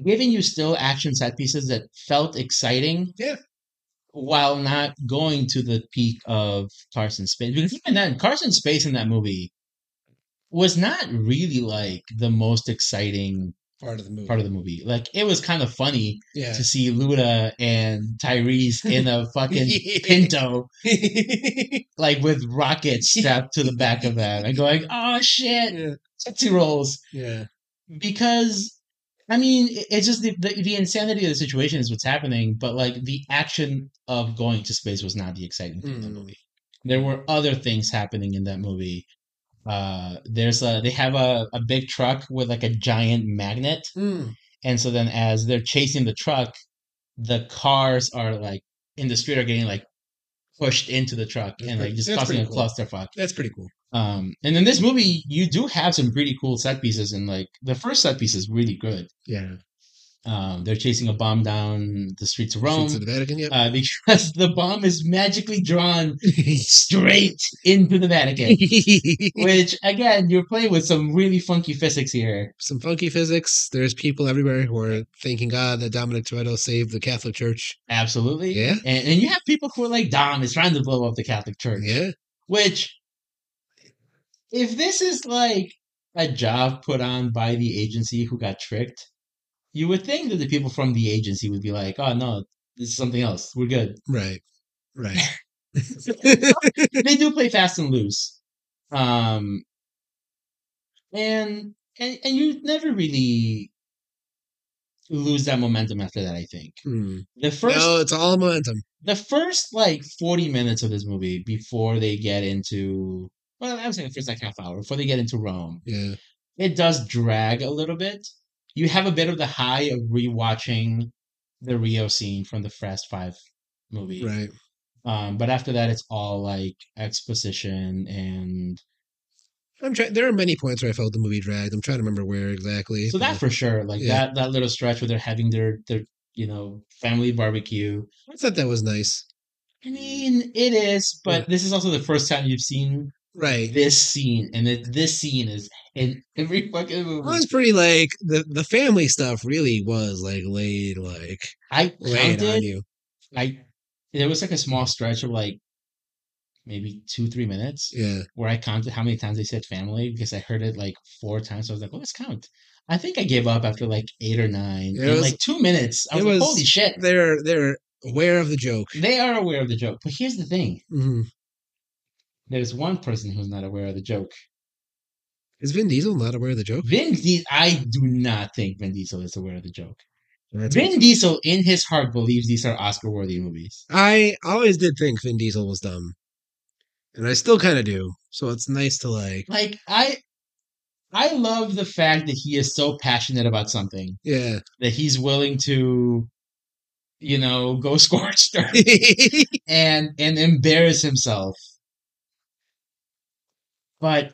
[SPEAKER 1] giving you still action set pieces that felt exciting
[SPEAKER 2] Yeah.
[SPEAKER 1] while not going to the peak of Carson Space because even then Carson Space in that movie was not really like the most exciting
[SPEAKER 2] part of the movie.
[SPEAKER 1] part of the movie. Like it was kind of funny
[SPEAKER 2] yeah.
[SPEAKER 1] to see Luda and Tyrese in a fucking Pinto, like with rockets strapped to the back of them, and going, "Oh shit,
[SPEAKER 2] yeah.
[SPEAKER 1] Tootsie rolls!"
[SPEAKER 2] Yeah.
[SPEAKER 1] Because I mean, it- it's just the, the the insanity of the situation is what's happening, but like the action of going to space was not the exciting thing in the
[SPEAKER 2] Mm.
[SPEAKER 1] movie. There were other things happening in that movie. Uh, there's a they have a, a big truck with like a giant magnet
[SPEAKER 2] Mm.
[SPEAKER 1] And so then as they're chasing the truck, the cars are like in the street are getting like pushed into the truck
[SPEAKER 2] That's
[SPEAKER 1] and like
[SPEAKER 2] pretty-
[SPEAKER 1] just
[SPEAKER 2] that's
[SPEAKER 1] causing a
[SPEAKER 2] pretty cool.
[SPEAKER 1] clusterfuck.
[SPEAKER 2] That's pretty cool.
[SPEAKER 1] Um and in this movie you do have some pretty cool set pieces and like the first set piece is really good.
[SPEAKER 2] Yeah.
[SPEAKER 1] Um they're chasing a bomb down the streets of Rome.
[SPEAKER 2] Streets of the Vatican. Yep.
[SPEAKER 1] uh, because the bomb is magically drawn straight into the Vatican, which again, you're playing with some really funky physics here.
[SPEAKER 2] Some funky physics. There's people everywhere who are thanking God that Dominic Toretto saved the Catholic Church.
[SPEAKER 1] Absolutely.
[SPEAKER 2] Yeah.
[SPEAKER 1] And, and you have people who are like, Dom is trying to blow up the Catholic Church.
[SPEAKER 2] Yeah.
[SPEAKER 1] Which, if this is like a job put on by the agency who got tricked, you would think that the people from the agency would be like, oh, no, this is something else. We're good.
[SPEAKER 2] Right. Right.
[SPEAKER 1] they do play fast and loose. Um, and, and, and you never really lose that momentum after that, I think.
[SPEAKER 2] Hmm.
[SPEAKER 1] The first
[SPEAKER 2] no, it's all momentum.
[SPEAKER 1] the first like 40 minutes of this movie before they get into well i was saying the first like half hour before they get into rome
[SPEAKER 2] Yeah.
[SPEAKER 1] it does drag a little bit you have a bit of the high of rewatching the rio scene from the fast five movie
[SPEAKER 2] Right.
[SPEAKER 1] um, but after that it's all like exposition and
[SPEAKER 2] I'm trying. There are many points where I felt the movie dragged. I'm trying to remember where exactly.
[SPEAKER 1] so that
[SPEAKER 2] but-
[SPEAKER 1] for sure like
[SPEAKER 2] Yeah.
[SPEAKER 1] that that little stretch where they're having their their you know family barbecue
[SPEAKER 2] I thought that was nice.
[SPEAKER 1] i mean it is but this is also the first time you've seen
[SPEAKER 2] Right.
[SPEAKER 1] this scene and it, this scene is in every fucking
[SPEAKER 2] It
[SPEAKER 1] movie.
[SPEAKER 2] was pretty like the the family stuff really was like laid like
[SPEAKER 1] I
[SPEAKER 2] laid on
[SPEAKER 1] counted.
[SPEAKER 2] you.
[SPEAKER 1] I there was like a small stretch of like maybe two three minutes
[SPEAKER 2] Yeah.
[SPEAKER 1] where I counted how many times they said family because I heard it like four times. So I was like, well, let's count. I think I gave up after like eight or nine.
[SPEAKER 2] It
[SPEAKER 1] in
[SPEAKER 2] was-
[SPEAKER 1] like two minutes, I
[SPEAKER 2] it
[SPEAKER 1] was, like,
[SPEAKER 2] was-
[SPEAKER 1] holy shit.
[SPEAKER 2] They're they're aware of the joke.
[SPEAKER 1] They are aware of the joke. But here's the thing
[SPEAKER 2] hmm
[SPEAKER 1] there's one person who's not aware of the joke.
[SPEAKER 2] Is Vin Diesel not aware of the joke?
[SPEAKER 1] Vin Diesel, I do not think Vin Diesel is aware of the joke.
[SPEAKER 2] That's-
[SPEAKER 1] Vin Diesel, in his heart, believes these are Oscar worthy movies.
[SPEAKER 2] I always did think Vin Diesel was dumb, and I still kind of do. So it's nice to like
[SPEAKER 1] like i i love the fact that he is so passionate about something
[SPEAKER 2] yeah.
[SPEAKER 1] that he's willing to you know go scorched earth and and embarrass himself but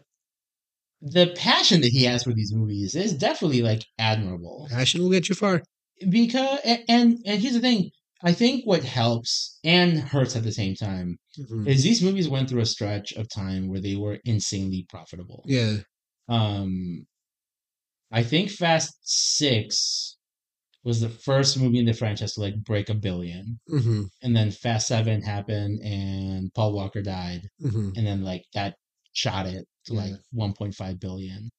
[SPEAKER 1] the passion that he has for these movies is definitely like admirable
[SPEAKER 2] Passion will get you far.
[SPEAKER 1] because a- and and here's the thing i think what helps and hurts at the same time
[SPEAKER 2] Mhm.
[SPEAKER 1] is these movies went through a stretch of time where they were insanely profitable
[SPEAKER 2] Yeah.
[SPEAKER 1] um i think fast six was the first movie in the franchise to like break a billion
[SPEAKER 2] hmm
[SPEAKER 1] and then fast seven happened and paul walker died
[SPEAKER 2] hmm
[SPEAKER 1] and then like that shot it to like
[SPEAKER 2] Yeah.
[SPEAKER 1] 1.5 billion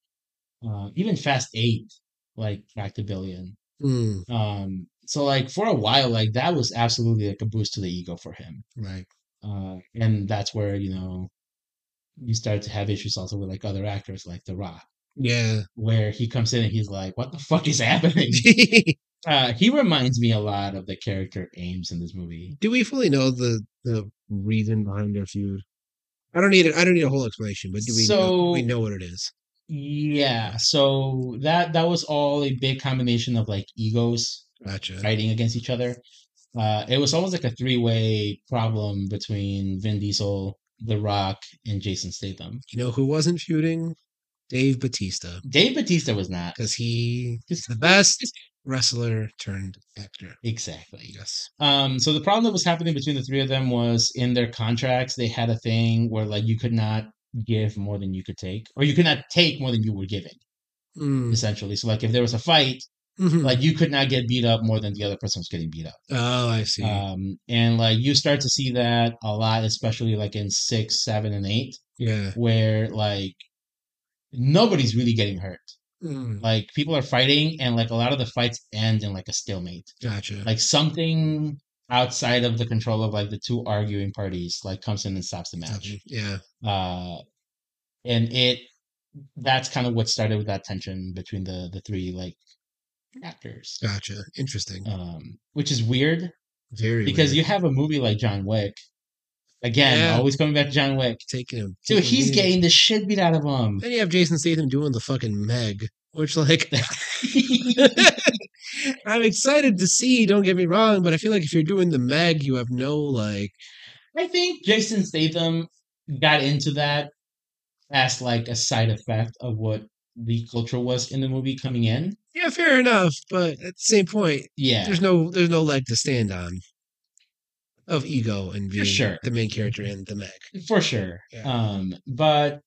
[SPEAKER 1] uh, even fast eight like cracked a billion
[SPEAKER 2] Mm.
[SPEAKER 1] um so like for a while like that was absolutely like a boost to the ego for him
[SPEAKER 2] Right.
[SPEAKER 1] uh and that's where you know you start to have issues also with like other actors like the rock
[SPEAKER 2] Yeah.
[SPEAKER 1] where he comes in and he's like, "What the fuck is happening?" Uh, he reminds me a lot of the character Ames in this movie.
[SPEAKER 2] Do we fully know the the reason behind their feud? I don't need it. I don't need a whole explanation, but do we know, we
[SPEAKER 1] So-
[SPEAKER 2] know what it is?
[SPEAKER 1] Yeah, so that that was all a big combination of like egos
[SPEAKER 2] Gotcha.
[SPEAKER 1] fighting against each other. Uh, it was almost like a three way problem between Vin Diesel, The Rock, and Jason Statham.
[SPEAKER 2] You know who wasn't feuding? Dave Batista,
[SPEAKER 1] Dave Batista was not
[SPEAKER 2] because he is the best wrestler turned actor.
[SPEAKER 1] exactly.
[SPEAKER 2] Yes.
[SPEAKER 1] Um, so the problem that was happening between the three of them was in their contracts, they had a thing where like you could not give more than you could take, or you could not take more than you were giving,
[SPEAKER 2] Mm.
[SPEAKER 1] essentially. So like if there was a fight,
[SPEAKER 2] Mhm.
[SPEAKER 1] like you could not get beat up more than the other person was getting beat up.
[SPEAKER 2] oh, I see.
[SPEAKER 1] Um, and like you start to see that a lot, especially like in six, seven, and eight,
[SPEAKER 2] yeah.
[SPEAKER 1] where like nobody's really getting hurt.
[SPEAKER 2] Mm,
[SPEAKER 1] Like people are fighting, and like a lot of the fights end in like a stalemate.
[SPEAKER 2] gotcha.
[SPEAKER 1] Like something outside of the control of like the two arguing parties like comes in and stops the match.
[SPEAKER 2] Gotcha. Yeah.
[SPEAKER 1] Uh, and it that's kind of what started with that tension between the the three like actors.
[SPEAKER 2] Gotcha. Interesting.
[SPEAKER 1] Um, which is weird
[SPEAKER 2] Very
[SPEAKER 1] because
[SPEAKER 2] weird.
[SPEAKER 1] you have a movie like John Wick. Again,
[SPEAKER 2] Yeah.
[SPEAKER 1] always coming back to John Wick.
[SPEAKER 2] taking him.
[SPEAKER 1] Dude,
[SPEAKER 2] taking him
[SPEAKER 1] he's
[SPEAKER 2] in.
[SPEAKER 1] getting the shit beat out of him.
[SPEAKER 2] Then you have Jason Statham doing the fucking Meg, which like I'm excited to see. Don't get me wrong, but I feel like if you're doing the Meg, you have no like.
[SPEAKER 1] I think Jason Statham got into that as like a side effect of what the culture was in the movie coming in.
[SPEAKER 2] Yeah, fair enough, but at the same point,
[SPEAKER 1] Yeah.
[SPEAKER 2] there's no there's no leg to stand on of ego and being
[SPEAKER 1] sure. Mm-hmm.
[SPEAKER 2] the main character in the Meg.
[SPEAKER 1] For sure.
[SPEAKER 2] Yeah.
[SPEAKER 1] Um, but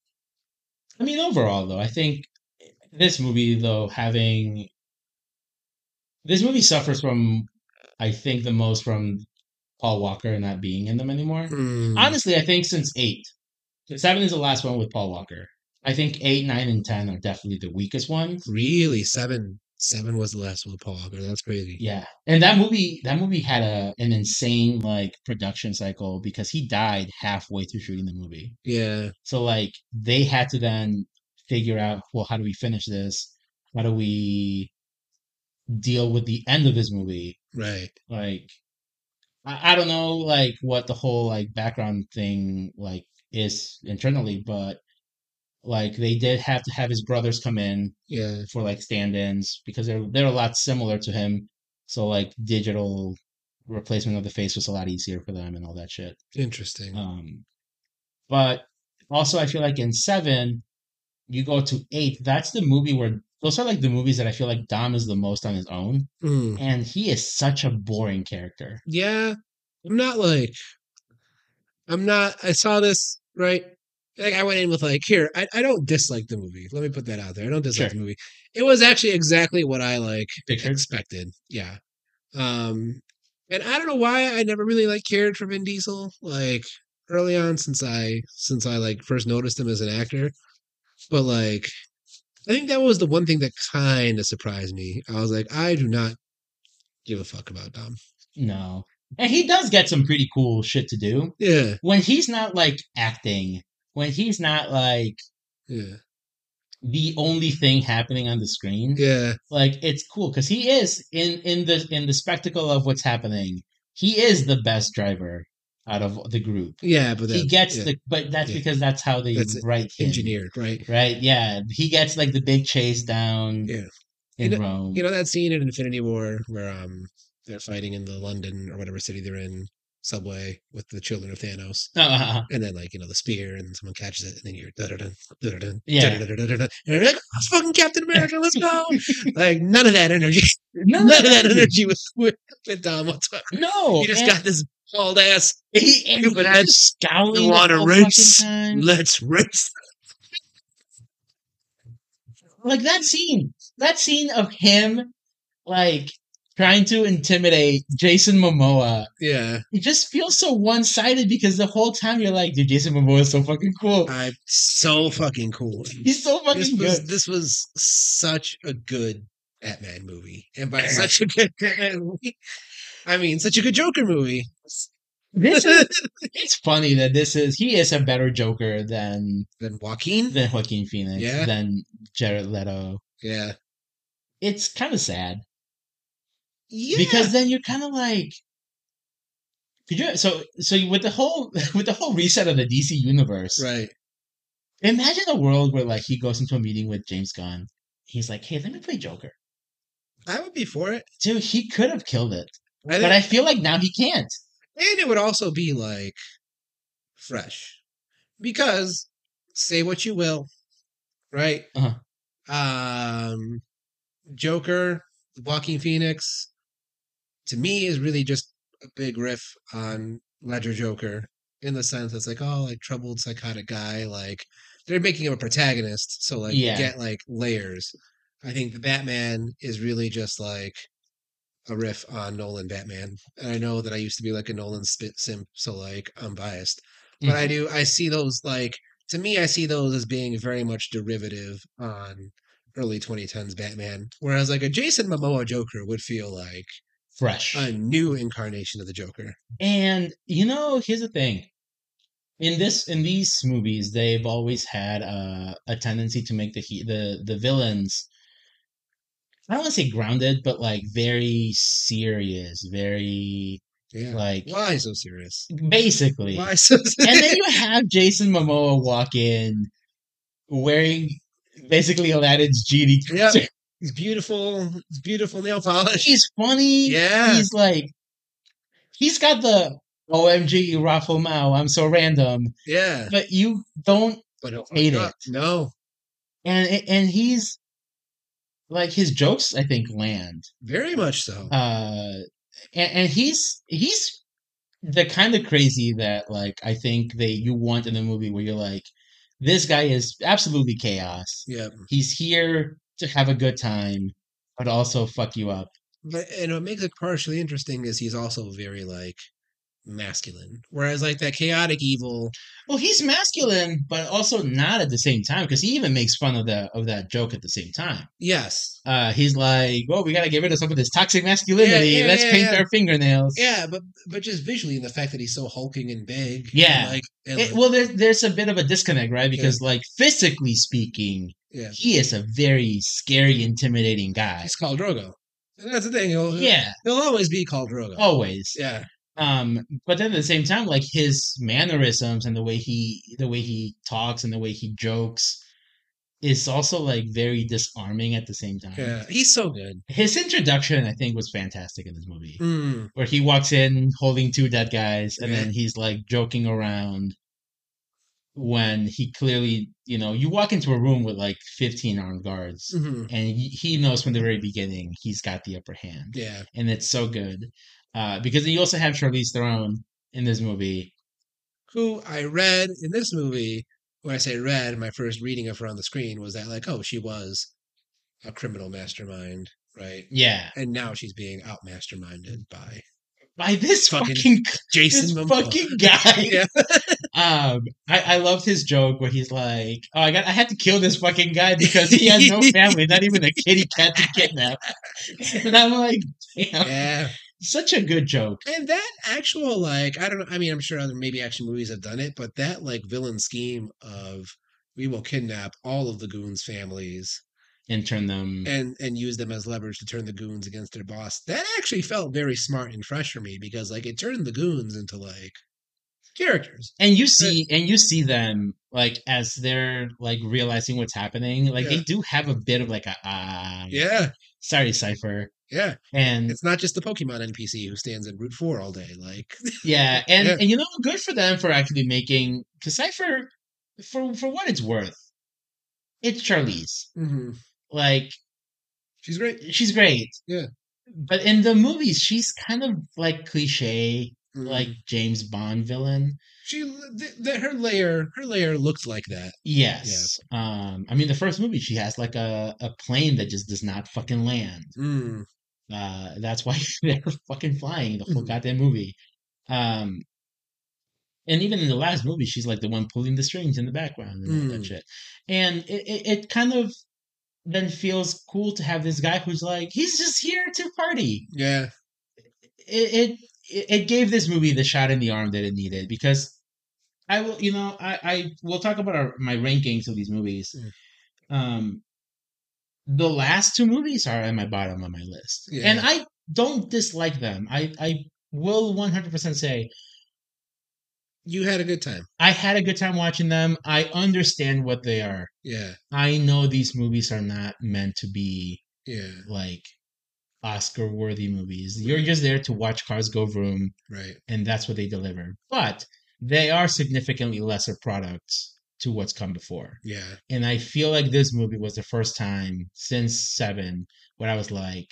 [SPEAKER 1] I mean, overall, though, I think this movie, though, having this movie suffers from, I think, the most from Paul Walker not being in them anymore.
[SPEAKER 2] Mm,
[SPEAKER 1] Honestly, I think since eight, seven is the last one with Paul Walker. I think eight, nine, and ten are definitely the weakest ones.
[SPEAKER 2] really, seven seven was the last one with Paul Walker. That's crazy.
[SPEAKER 1] Yeah, and that movie, that movie had a an insane like production cycle because he died halfway through shooting the movie.
[SPEAKER 2] Yeah,
[SPEAKER 1] So like they had to then figure out, well, how do we finish this? How do we deal with the end of his movie?
[SPEAKER 2] right.
[SPEAKER 1] Like I, I don't know like what the whole like background thing like is internally, but like they did have to have his brothers come in
[SPEAKER 2] Yeah,
[SPEAKER 1] for like stand-ins because they're they're a lot similar to him. So like digital replacement of the face was a lot easier for them and all that shit.
[SPEAKER 2] interesting.
[SPEAKER 1] Um, but also, I feel like in seven, you go to eight. That's the movie where those are like the movies that I feel like Dom is the most on his own,
[SPEAKER 2] Mm.
[SPEAKER 1] and he is such a boring character.
[SPEAKER 2] yeah i'm not like i'm not i saw this right like i went in with like here i, I don't dislike the movie let me put that out there i don't dislike
[SPEAKER 1] Sure.
[SPEAKER 2] the movie it was actually exactly what i like
[SPEAKER 1] Pictures.
[SPEAKER 2] expected yeah um and i don't know why i never really like cared for vin diesel like early on since i since i like first noticed him as an actor but like i think that was the one thing that kind of surprised me i was like i do not give a fuck about dom
[SPEAKER 1] No, and he does get some pretty cool shit to do
[SPEAKER 2] yeah
[SPEAKER 1] when he's not like acting. When he's not like
[SPEAKER 2] Yeah.
[SPEAKER 1] the only thing happening on the screen,
[SPEAKER 2] Yeah.
[SPEAKER 1] like it's cool because he is in in the in the spectacle of what's happening. He is the best driver out of the group.
[SPEAKER 2] Yeah. But
[SPEAKER 1] he
[SPEAKER 2] that-
[SPEAKER 1] gets
[SPEAKER 2] yeah,
[SPEAKER 1] the but that's
[SPEAKER 2] yeah.
[SPEAKER 1] because that's how they
[SPEAKER 2] That's
[SPEAKER 1] write him,
[SPEAKER 2] engineered, right?
[SPEAKER 1] right yeah he gets like the big chase down
[SPEAKER 2] Yeah.
[SPEAKER 1] in rome
[SPEAKER 2] You know that scene in Infinity War where um they're fighting in the London or whatever city they're in subway with the children of Thanos,
[SPEAKER 1] Uh,
[SPEAKER 2] and then like you know the spear and someone catches it, and then you're da da da da da
[SPEAKER 1] Yeah.
[SPEAKER 2] da da da da da, and you're like, oh, it's fucking Captain America, let's go! like none of that energy,
[SPEAKER 1] none
[SPEAKER 2] none
[SPEAKER 1] of
[SPEAKER 2] of that
[SPEAKER 1] that-
[SPEAKER 2] energy was with, with Dom whatsoever.
[SPEAKER 1] no
[SPEAKER 2] You just
[SPEAKER 1] and
[SPEAKER 2] got this bald ass.
[SPEAKER 1] he, and he's
[SPEAKER 2] stupid ass-
[SPEAKER 1] just scowling
[SPEAKER 2] You
[SPEAKER 1] the
[SPEAKER 2] wanna
[SPEAKER 1] whole fucking
[SPEAKER 2] race?
[SPEAKER 1] time.
[SPEAKER 2] Let's race.
[SPEAKER 1] like that scene that scene of him like trying to intimidate jason momoa
[SPEAKER 2] Yeah,
[SPEAKER 1] it just feels so one-sided because the whole time you're like dude jason momoa is so fucking cool
[SPEAKER 2] I'm so fucking cool.
[SPEAKER 1] he's so
[SPEAKER 2] this
[SPEAKER 1] fucking
[SPEAKER 2] was
[SPEAKER 1] good
[SPEAKER 2] this was such a good Batman movie, and by such a good Batman movie, I mean such a good Joker movie.
[SPEAKER 1] this is, it's funny that this is he is a better joker than
[SPEAKER 2] then Joaquin,
[SPEAKER 1] than Joaquin Phoenix,
[SPEAKER 2] Yeah.
[SPEAKER 1] than Jared Leto.
[SPEAKER 2] yeah,
[SPEAKER 1] It's kind of sad
[SPEAKER 2] yeah,
[SPEAKER 1] because then you're kind of like, could you? So, so with the whole with the whole reset of the DC universe,
[SPEAKER 2] right,
[SPEAKER 1] imagine a world where like he goes into a meeting with James Gunn. He's like, "Hey, let me play Joker."
[SPEAKER 2] I would be for it.
[SPEAKER 1] Dude, he could have killed it,
[SPEAKER 2] I
[SPEAKER 1] but
[SPEAKER 2] think-
[SPEAKER 1] I feel like now he can't.
[SPEAKER 2] and it would also be like fresh, because say what you will, right?
[SPEAKER 1] Uh-huh.
[SPEAKER 2] Um, Joker, Joaquin Phoenix, to me is really just a big riff on Ledger Joker in the sense it's like, oh, like troubled psychotic guy, like they're making him a protagonist, so like
[SPEAKER 1] Yeah.
[SPEAKER 2] you get like layers. I think the Batman is really just like a riff on Nolan Batman, and I know that I used to be like a Nolan spit simp, so like I'm biased, but I do I see those like to me I see those as being very much derivative on early 2010s Batman. Whereas like a Jason Momoa Joker would feel like
[SPEAKER 1] fresh.
[SPEAKER 2] a new incarnation of the Joker.
[SPEAKER 1] And you know, here's the thing. In this in these movies, they've always had a, a tendency to make the he, the the villains I don't want to say grounded, but like very serious, very
[SPEAKER 2] Yeah.
[SPEAKER 1] like
[SPEAKER 2] Why so serious?
[SPEAKER 1] basically.
[SPEAKER 2] Why so
[SPEAKER 1] And
[SPEAKER 2] serious?
[SPEAKER 1] then you have Jason Momoa walk in wearing basically Aladdin's genie.
[SPEAKER 2] Yep. It's beautiful. It's beautiful nail polish.
[SPEAKER 1] He's funny.
[SPEAKER 2] Yeah.
[SPEAKER 1] He's like he's got the OMG Raffle Mao, I'm so random.
[SPEAKER 2] Yeah.
[SPEAKER 1] But you don't
[SPEAKER 2] But it'll
[SPEAKER 1] Hate
[SPEAKER 2] fuck up. No.
[SPEAKER 1] and and he's like his jokes I think land.
[SPEAKER 2] Very much so.
[SPEAKER 1] Uh and, and he's he's the kind of crazy that like I think they you want in a movie where you're like, this guy is absolutely chaos.
[SPEAKER 2] Yeah.
[SPEAKER 1] He's here to have a good time, but also fuck you up.
[SPEAKER 2] But and what makes it partially interesting is he's also very like masculine. Whereas like that chaotic evil
[SPEAKER 1] Well, he's masculine, but also not at the same time because he even makes fun of that of that joke at the same time.
[SPEAKER 2] Yes.
[SPEAKER 1] Uh, he's like, "Well, we gotta get rid of some of this toxic masculinity.
[SPEAKER 2] yeah,
[SPEAKER 1] Let's
[SPEAKER 2] yeah,
[SPEAKER 1] paint
[SPEAKER 2] yeah.
[SPEAKER 1] our fingernails."
[SPEAKER 2] Yeah, but but just visually and the fact that he's so hulking and big. and,
[SPEAKER 1] Yeah.
[SPEAKER 2] like, and,
[SPEAKER 1] It-
[SPEAKER 2] like-
[SPEAKER 1] well, there's there's a bit of a disconnect, right? Because like physically speaking,
[SPEAKER 2] yeah.
[SPEAKER 1] he is a very scary, intimidating guy.
[SPEAKER 2] He's called Drogo. And that's the thing. He'll,
[SPEAKER 1] Yeah, Oh.
[SPEAKER 2] He'll always be called Drogo.
[SPEAKER 1] always.
[SPEAKER 2] Yeah.
[SPEAKER 1] um but then at the same time like his mannerisms and the way he the way he talks and the way he jokes is also like very disarming at the same time
[SPEAKER 2] Yeah. He's so good.
[SPEAKER 1] his introduction i think was fantastic in this movie
[SPEAKER 2] Mm.
[SPEAKER 1] where he walks in holding two dead guys and
[SPEAKER 2] Yeah.
[SPEAKER 1] then he's like joking around when he clearly you know you walk into a room with like 15 armed guards
[SPEAKER 2] Mhm.
[SPEAKER 1] and he- he knows from the very beginning he's got the upper hand
[SPEAKER 2] Yeah.
[SPEAKER 1] and it's so good uh, because you also have Charlize Theron in this movie.
[SPEAKER 2] Who I read in this movie, when I say read, my first reading of her on the screen was that like, oh, she was a criminal mastermind, right?
[SPEAKER 1] Yeah,
[SPEAKER 2] And now she's being out masterminded by
[SPEAKER 1] by this
[SPEAKER 2] Fucking
[SPEAKER 1] fucking
[SPEAKER 2] Jason
[SPEAKER 1] this
[SPEAKER 2] Momoa.
[SPEAKER 1] fucking guy.
[SPEAKER 2] yeah.
[SPEAKER 1] Um, I I loved his joke where he's like, "Oh, I got I had to kill this fucking guy because he has no family, not even a kitty cat to kidnap." And I'm like, "Damn,
[SPEAKER 2] yeah.
[SPEAKER 1] such a good joke."
[SPEAKER 2] And that actual like I don't know. I mean, I'm sure other maybe action movies have done it, but that like villain scheme of we will kidnap all of the goons' families
[SPEAKER 1] And turn them.
[SPEAKER 2] and and use them as leverage to turn the goons against their boss. That actually felt very smart and fresh for me because like it turned the goons into like characters.
[SPEAKER 1] and you see and you see them like as they're like realizing what's happening like
[SPEAKER 2] Yeah.
[SPEAKER 1] they do have a bit of like a ah
[SPEAKER 2] Yeah,
[SPEAKER 1] sorry cypher
[SPEAKER 2] yeah.
[SPEAKER 1] and
[SPEAKER 2] It's not just the Pokemon NPC who stands in Route Four all day. Like,
[SPEAKER 1] Yeah, and,
[SPEAKER 2] Yeah.
[SPEAKER 1] and you know, good for them for actually making because Cipher, for for what it's worth, it's Charlize.
[SPEAKER 2] mhm.
[SPEAKER 1] Like
[SPEAKER 2] she's great.
[SPEAKER 1] she's great.
[SPEAKER 2] Yeah.
[SPEAKER 1] But in the movies, she's kind of like cliche, like
[SPEAKER 2] Mhm.
[SPEAKER 1] James Bond villain.
[SPEAKER 2] she, th- th- her layer, her layer looked like that.
[SPEAKER 1] Yes. Um. I mean, the first movie, she has like a a plane that just does not fucking land.
[SPEAKER 2] Mm.
[SPEAKER 1] Uh. That's why they're fucking flying the whole
[SPEAKER 2] Mhm.
[SPEAKER 1] goddamn movie. Um. and even in the last movie, she's like the one pulling the strings in the background and all that
[SPEAKER 2] Mm.
[SPEAKER 1] shit. And it, it, it kind of then feels cool to have this guy who's like, he's just here to party.
[SPEAKER 2] Yeah,
[SPEAKER 1] It it- it, it gave this movie the shot in the arm that it needed because I will, you know, I, I will talk about our, my rankings of these movies.
[SPEAKER 2] Mm.
[SPEAKER 1] Um, the last two movies are at my bottom on my list,
[SPEAKER 2] Yeah.
[SPEAKER 1] and I don't dislike them. I I will one hundred percent say
[SPEAKER 2] you had a good time.
[SPEAKER 1] I had a good time watching them. I understand what they are.
[SPEAKER 2] Yeah,
[SPEAKER 1] I know these movies are not meant to be
[SPEAKER 2] yeah.
[SPEAKER 1] like Oscar worthy movies. You're just there to watch cars go vroom,
[SPEAKER 2] Right.
[SPEAKER 1] and that's what they deliver. But they are significantly lesser products to what's come before.
[SPEAKER 2] Yeah.
[SPEAKER 1] And I feel like this movie was the first time since Seven where I was like,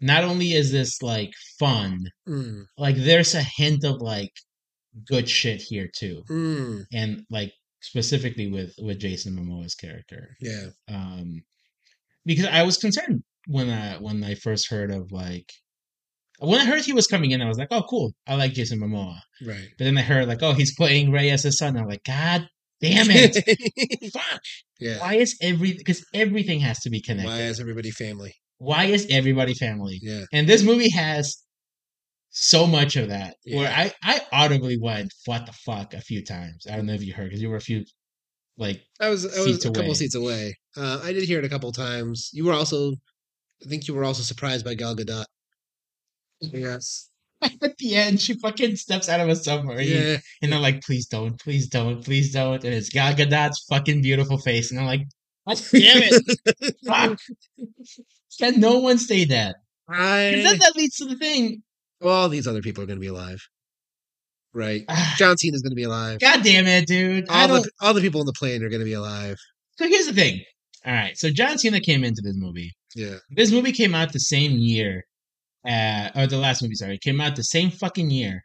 [SPEAKER 1] not only is this like fun,
[SPEAKER 2] Mm.
[SPEAKER 1] like there's a hint of like good shit here too
[SPEAKER 2] Mm.
[SPEAKER 1] and like specifically with with Jason Momoa's character,
[SPEAKER 2] Yeah.
[SPEAKER 1] um, because I was concerned when I when I first heard of like when I heard he was coming in, I was like, oh cool, I like Jason Momoa.
[SPEAKER 2] Right.
[SPEAKER 1] But then I heard like, oh, he's playing Ray as his son. I'm like, god Damn it!
[SPEAKER 2] Fuck. Yeah.
[SPEAKER 1] Why is every because everything has to be connected?
[SPEAKER 2] Why is everybody family?
[SPEAKER 1] Why is everybody family?
[SPEAKER 2] Yeah.
[SPEAKER 1] And this movie has so much of that where
[SPEAKER 2] Yeah.
[SPEAKER 1] I I audibly went "What the fuck" a few times. I don't know if you heard because you were a few like
[SPEAKER 2] I was I
[SPEAKER 1] Seats
[SPEAKER 2] was a couple
[SPEAKER 1] away.
[SPEAKER 2] seats away. Uh, I did hear it a couple times. You were also, I think you were also surprised by Gal Gadot. Yes.
[SPEAKER 1] at the end she fucking steps out of a submarine
[SPEAKER 2] Yeah.
[SPEAKER 1] and they're like, "Please don't, please don't, please don't," and it's Gal Gadot's fucking beautiful face, and I'm like, "God damn it, fuck!" Can no one say that? Because
[SPEAKER 2] I,
[SPEAKER 1] then that leads to the thing.
[SPEAKER 2] well, these other people are going to be alive, right?
[SPEAKER 1] Ah,
[SPEAKER 2] John Cena's going to be alive.
[SPEAKER 1] God damn it, dude! I
[SPEAKER 2] All
[SPEAKER 1] don't,
[SPEAKER 2] the all the people on the plane are going to be alive.
[SPEAKER 1] So here's the thing. All right. So John Cena came into this movie.
[SPEAKER 2] Yeah.
[SPEAKER 1] This movie came out the same year, uh, or the last movie, sorry, came out the same fucking year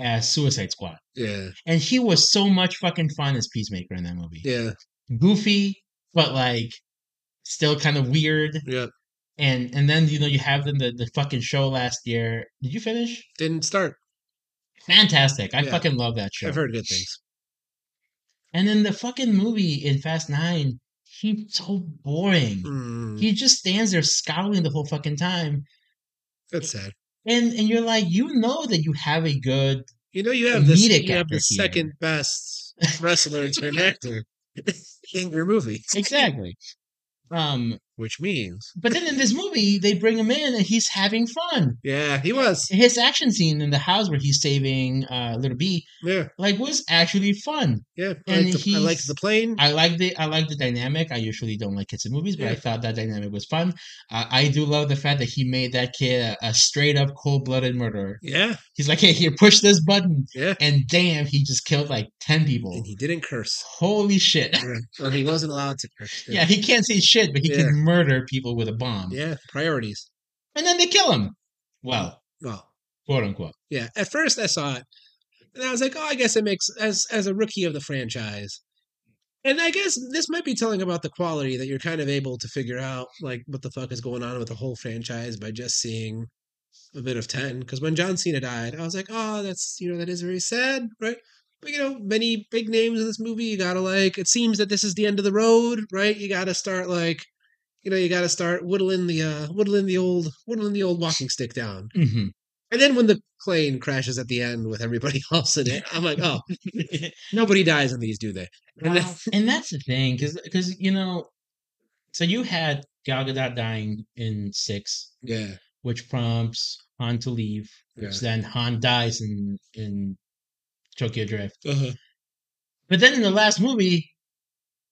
[SPEAKER 1] as Suicide Squad.
[SPEAKER 2] Yeah.
[SPEAKER 1] And he was so much fucking fun as Peacemaker in that movie.
[SPEAKER 2] Yeah.
[SPEAKER 1] Goofy, but like still kind of weird.
[SPEAKER 2] Yeah.
[SPEAKER 1] And and then you know you have them the, the fucking show last year. Did you finish?
[SPEAKER 2] Didn't start.
[SPEAKER 1] Fantastic. I
[SPEAKER 2] Yeah.
[SPEAKER 1] fucking love that show.
[SPEAKER 2] I've heard good things.
[SPEAKER 1] And then the fucking movie in Fast Nine, he's so boring.
[SPEAKER 2] Mm,
[SPEAKER 1] He just stands there scowling the whole fucking time.
[SPEAKER 2] that's sad.
[SPEAKER 1] And and you're like, you know that you have a good
[SPEAKER 2] You know, you have this.
[SPEAKER 1] Comedic
[SPEAKER 2] You have
[SPEAKER 1] actor
[SPEAKER 2] the
[SPEAKER 1] here.
[SPEAKER 2] second best wrestler turned actor in your movie,
[SPEAKER 1] Exactly. Um,
[SPEAKER 2] which means
[SPEAKER 1] but then in this movie, they bring him in and he's having fun.
[SPEAKER 2] yeah, he was.
[SPEAKER 1] His action scene in the house where he's saving uh little B
[SPEAKER 2] Yeah,
[SPEAKER 1] like was actually fun.
[SPEAKER 2] yeah. I
[SPEAKER 1] And
[SPEAKER 2] liked, the, I liked the
[SPEAKER 1] he's-
[SPEAKER 2] plane.
[SPEAKER 1] I like the I like the dynamic. I usually don't like kids in movies, but I
[SPEAKER 2] Yeah.
[SPEAKER 1] thought that dynamic was fun. Uh, I do love the fact that he made that kid a, a straight up cold blooded murderer.
[SPEAKER 2] yeah,
[SPEAKER 1] He's like, hey, here, push this button,
[SPEAKER 2] yeah.
[SPEAKER 1] and damn, he just killed like ten people.
[SPEAKER 2] And he didn't curse.
[SPEAKER 1] Holy shit!
[SPEAKER 2] Well, he wasn't allowed to curse.
[SPEAKER 1] Yeah, he can't say shit, but he
[SPEAKER 2] Yeah.
[SPEAKER 1] can murder people with a bomb.
[SPEAKER 2] yeah. Priorities.
[SPEAKER 1] And then they kill him. Well,
[SPEAKER 2] Well,
[SPEAKER 1] quote unquote.
[SPEAKER 2] Yeah. At first, I saw it, and I was like, "Oh, I guess it makes as as a rookie of the franchise." And I guess this might be telling about the quality that you're kind of able to figure out, like what the fuck is going on with the whole franchise by just seeing a bit of ten. Because when John Cena died, I was like, "Oh, that's you know that is very sad, right?" But you know, many big names in this movie, you gotta like. It seems that this is the end of the road, right? You gotta start like, you know, you gotta start whittling the uh whittling the old whittling the old walking stick down.
[SPEAKER 1] hmm
[SPEAKER 2] And then when the plane crashes at the end with everybody else in it, I'm like, oh, nobody dies in these, do they? And then-
[SPEAKER 1] and that's the thing, because you know, so you had Gal Gadot dying in six,
[SPEAKER 2] yeah,
[SPEAKER 1] which prompts Han to leave.
[SPEAKER 2] yeah,
[SPEAKER 1] Which then Han dies in in Tokyo Drift.
[SPEAKER 2] uh-huh.
[SPEAKER 1] But then in the last movie,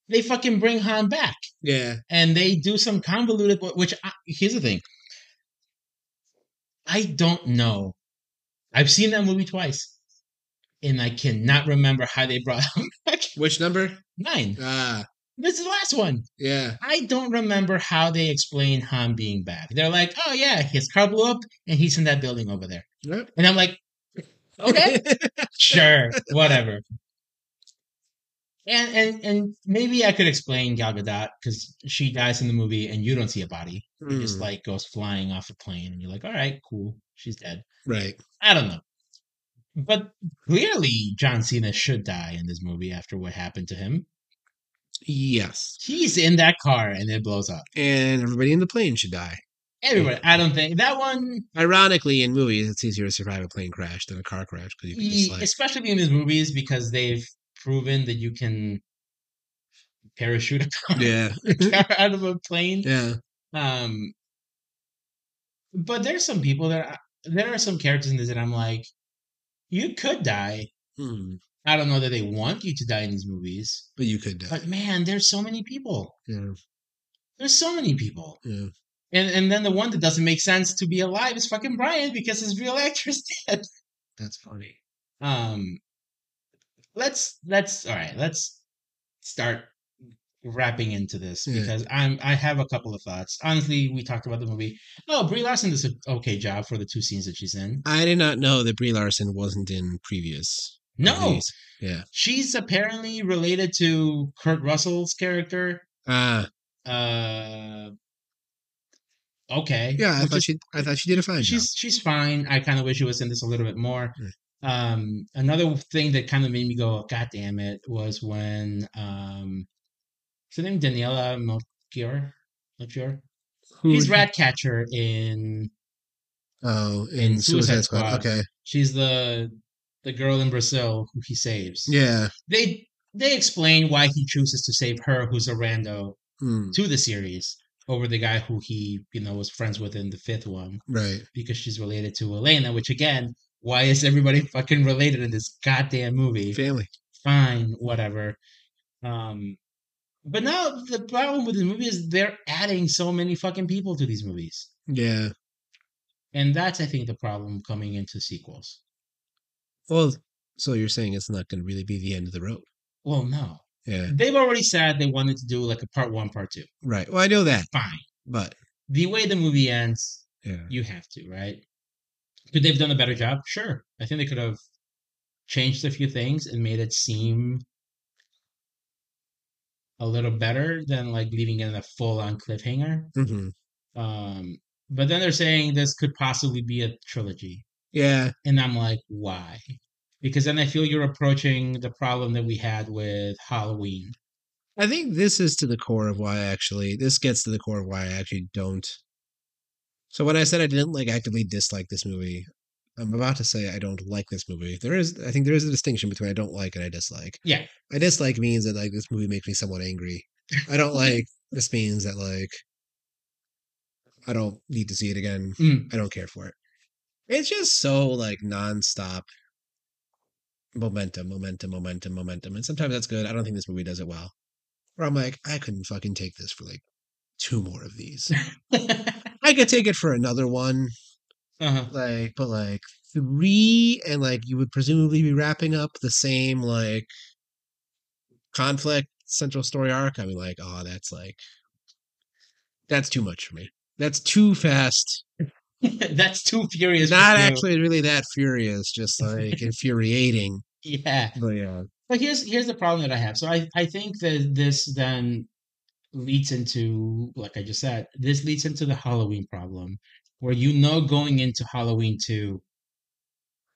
[SPEAKER 1] they fucking bring Han back.
[SPEAKER 2] yeah,
[SPEAKER 1] and they do some convoluted which I, here's the thing i don't know i've seen that movie twice and i cannot remember how they brought him back
[SPEAKER 2] Which number?
[SPEAKER 1] nine
[SPEAKER 2] Ah,
[SPEAKER 1] this is the last one
[SPEAKER 2] yeah,
[SPEAKER 1] i don't remember how they explain han being back they're like oh yeah his car blew up and he's in that building over there
[SPEAKER 2] Yep.
[SPEAKER 1] and i'm like okay sure whatever and and and maybe i could explain gal gadot because she dies in the movie and you don't see a body it just
[SPEAKER 2] Mm,
[SPEAKER 1] like goes flying off a plane and you're like all right cool she's dead
[SPEAKER 2] right.
[SPEAKER 1] i don't know but clearly john cena should die in this movie after what happened to him
[SPEAKER 2] Yes,
[SPEAKER 1] he's in that car and it blows up
[SPEAKER 2] and everybody in the plane should die.
[SPEAKER 1] everybody i don't think that one
[SPEAKER 2] Ironically, in movies, it's easier to survive a plane crash than a car crash because you can just
[SPEAKER 1] e-
[SPEAKER 2] like,
[SPEAKER 1] especially in these movies because they've proven that you can parachute a car,
[SPEAKER 2] yeah,
[SPEAKER 1] car out of a plane
[SPEAKER 2] Mm-hmm. yeah,
[SPEAKER 1] um but there's some people that I, there are some characters in this that i'm like you could die
[SPEAKER 2] Hmm,
[SPEAKER 1] I don't know that they want you to die in these movies,
[SPEAKER 2] but you could die.
[SPEAKER 1] but man, there's so many people.
[SPEAKER 2] Yeah,
[SPEAKER 1] There's so many people.
[SPEAKER 2] yeah.
[SPEAKER 1] And and then the one that doesn't make sense to be alive is fucking Brian because his real actress dead.
[SPEAKER 2] That's funny.
[SPEAKER 1] Um let's let's all right, let's start wrapping into this
[SPEAKER 2] Yeah.
[SPEAKER 1] because I'm I have a couple of thoughts. Honestly, we talked about the movie. Oh, Brie Larson does an okay job for the two scenes that she's in.
[SPEAKER 2] I did not know that Brie Larson wasn't in previous.
[SPEAKER 1] No,
[SPEAKER 2] movies. Yeah.
[SPEAKER 1] she's apparently related to Kurt Russell's character
[SPEAKER 2] Ah,
[SPEAKER 1] uh okay
[SPEAKER 2] yeah. I
[SPEAKER 1] Which
[SPEAKER 2] thought
[SPEAKER 1] is-
[SPEAKER 2] she. I thought she did a fine job.
[SPEAKER 1] she's she's fine i kind of wish she was in this a little bit more
[SPEAKER 2] Mm.
[SPEAKER 1] Um, another thing that kind of made me go, "God damn it!" was when um, is her name Daniela Melchior? Melchior. He's Ratcatcher in.
[SPEAKER 2] Oh, in,
[SPEAKER 1] in
[SPEAKER 2] Suicide,
[SPEAKER 1] Suicide
[SPEAKER 2] Squad.
[SPEAKER 1] Squad.
[SPEAKER 2] Okay.
[SPEAKER 1] She's the the girl in Brazil who he saves.
[SPEAKER 2] Yeah.
[SPEAKER 1] They they explain why he chooses to save her, who's a rando,
[SPEAKER 2] Hmm.
[SPEAKER 1] to the series over the guy who he you know was friends with in the fifth one
[SPEAKER 2] Right.
[SPEAKER 1] because she's related to Elena. Which again, why is everybody fucking related in this goddamn movie?
[SPEAKER 2] Family.
[SPEAKER 1] fine, whatever. Um, but now the problem with the movie is they're adding so many fucking people to these movies,
[SPEAKER 2] Yeah.
[SPEAKER 1] and that's I think the problem coming into sequels.
[SPEAKER 2] Well, so you're saying it's not going to really be the end of the road.
[SPEAKER 1] Well, no,
[SPEAKER 2] Yeah.
[SPEAKER 1] they've already said they wanted to do like a part one, part two.
[SPEAKER 2] Right. Well, I know that,
[SPEAKER 1] Fine,
[SPEAKER 2] but
[SPEAKER 1] the way the movie ends,
[SPEAKER 2] yeah.
[SPEAKER 1] you have to right. Could they've done a better job? Sure, I think they could have changed a few things and made it seem a little better than like leaving it in a full on cliffhanger.
[SPEAKER 2] hmm
[SPEAKER 1] Um, but then they're saying this could possibly be a trilogy.
[SPEAKER 2] Yeah.
[SPEAKER 1] And I'm like, why? Because then I feel you're approaching the problem that we had with Halloween.
[SPEAKER 2] I think this is to the core of why I actually this gets to the core of why I actually don't. So when I said I didn't like actively dislike this movie, I'm about to say I don't like this movie. There is I think there is a distinction between I don't like and I dislike.
[SPEAKER 1] Yeah.
[SPEAKER 2] I dislike means that like this movie makes me somewhat angry. I don't like this means that like I don't need to see it again.
[SPEAKER 1] Mm.
[SPEAKER 2] I don't care for it. It's just so like nonstop momentum, momentum, momentum, momentum. And sometimes that's good. I don't think this movie does it well. Where I'm like, I couldn't fucking take this for like two more of these.
[SPEAKER 1] uh-huh.
[SPEAKER 2] I could take it for another one, like, but like three, and like you would presumably be wrapping up the same like conflict central story arc. I mean, like, oh, that's like, that's too much for me. That's too fast.
[SPEAKER 1] That's too furious.
[SPEAKER 2] It's
[SPEAKER 1] for
[SPEAKER 2] not
[SPEAKER 1] you.
[SPEAKER 2] actually really that furious, just like infuriating.
[SPEAKER 1] Yeah.
[SPEAKER 2] But yeah,
[SPEAKER 1] But here's here's the problem that I have. So I I think that this then leads into like I just said, this leads into the Halloween problem, where you know going into Halloween two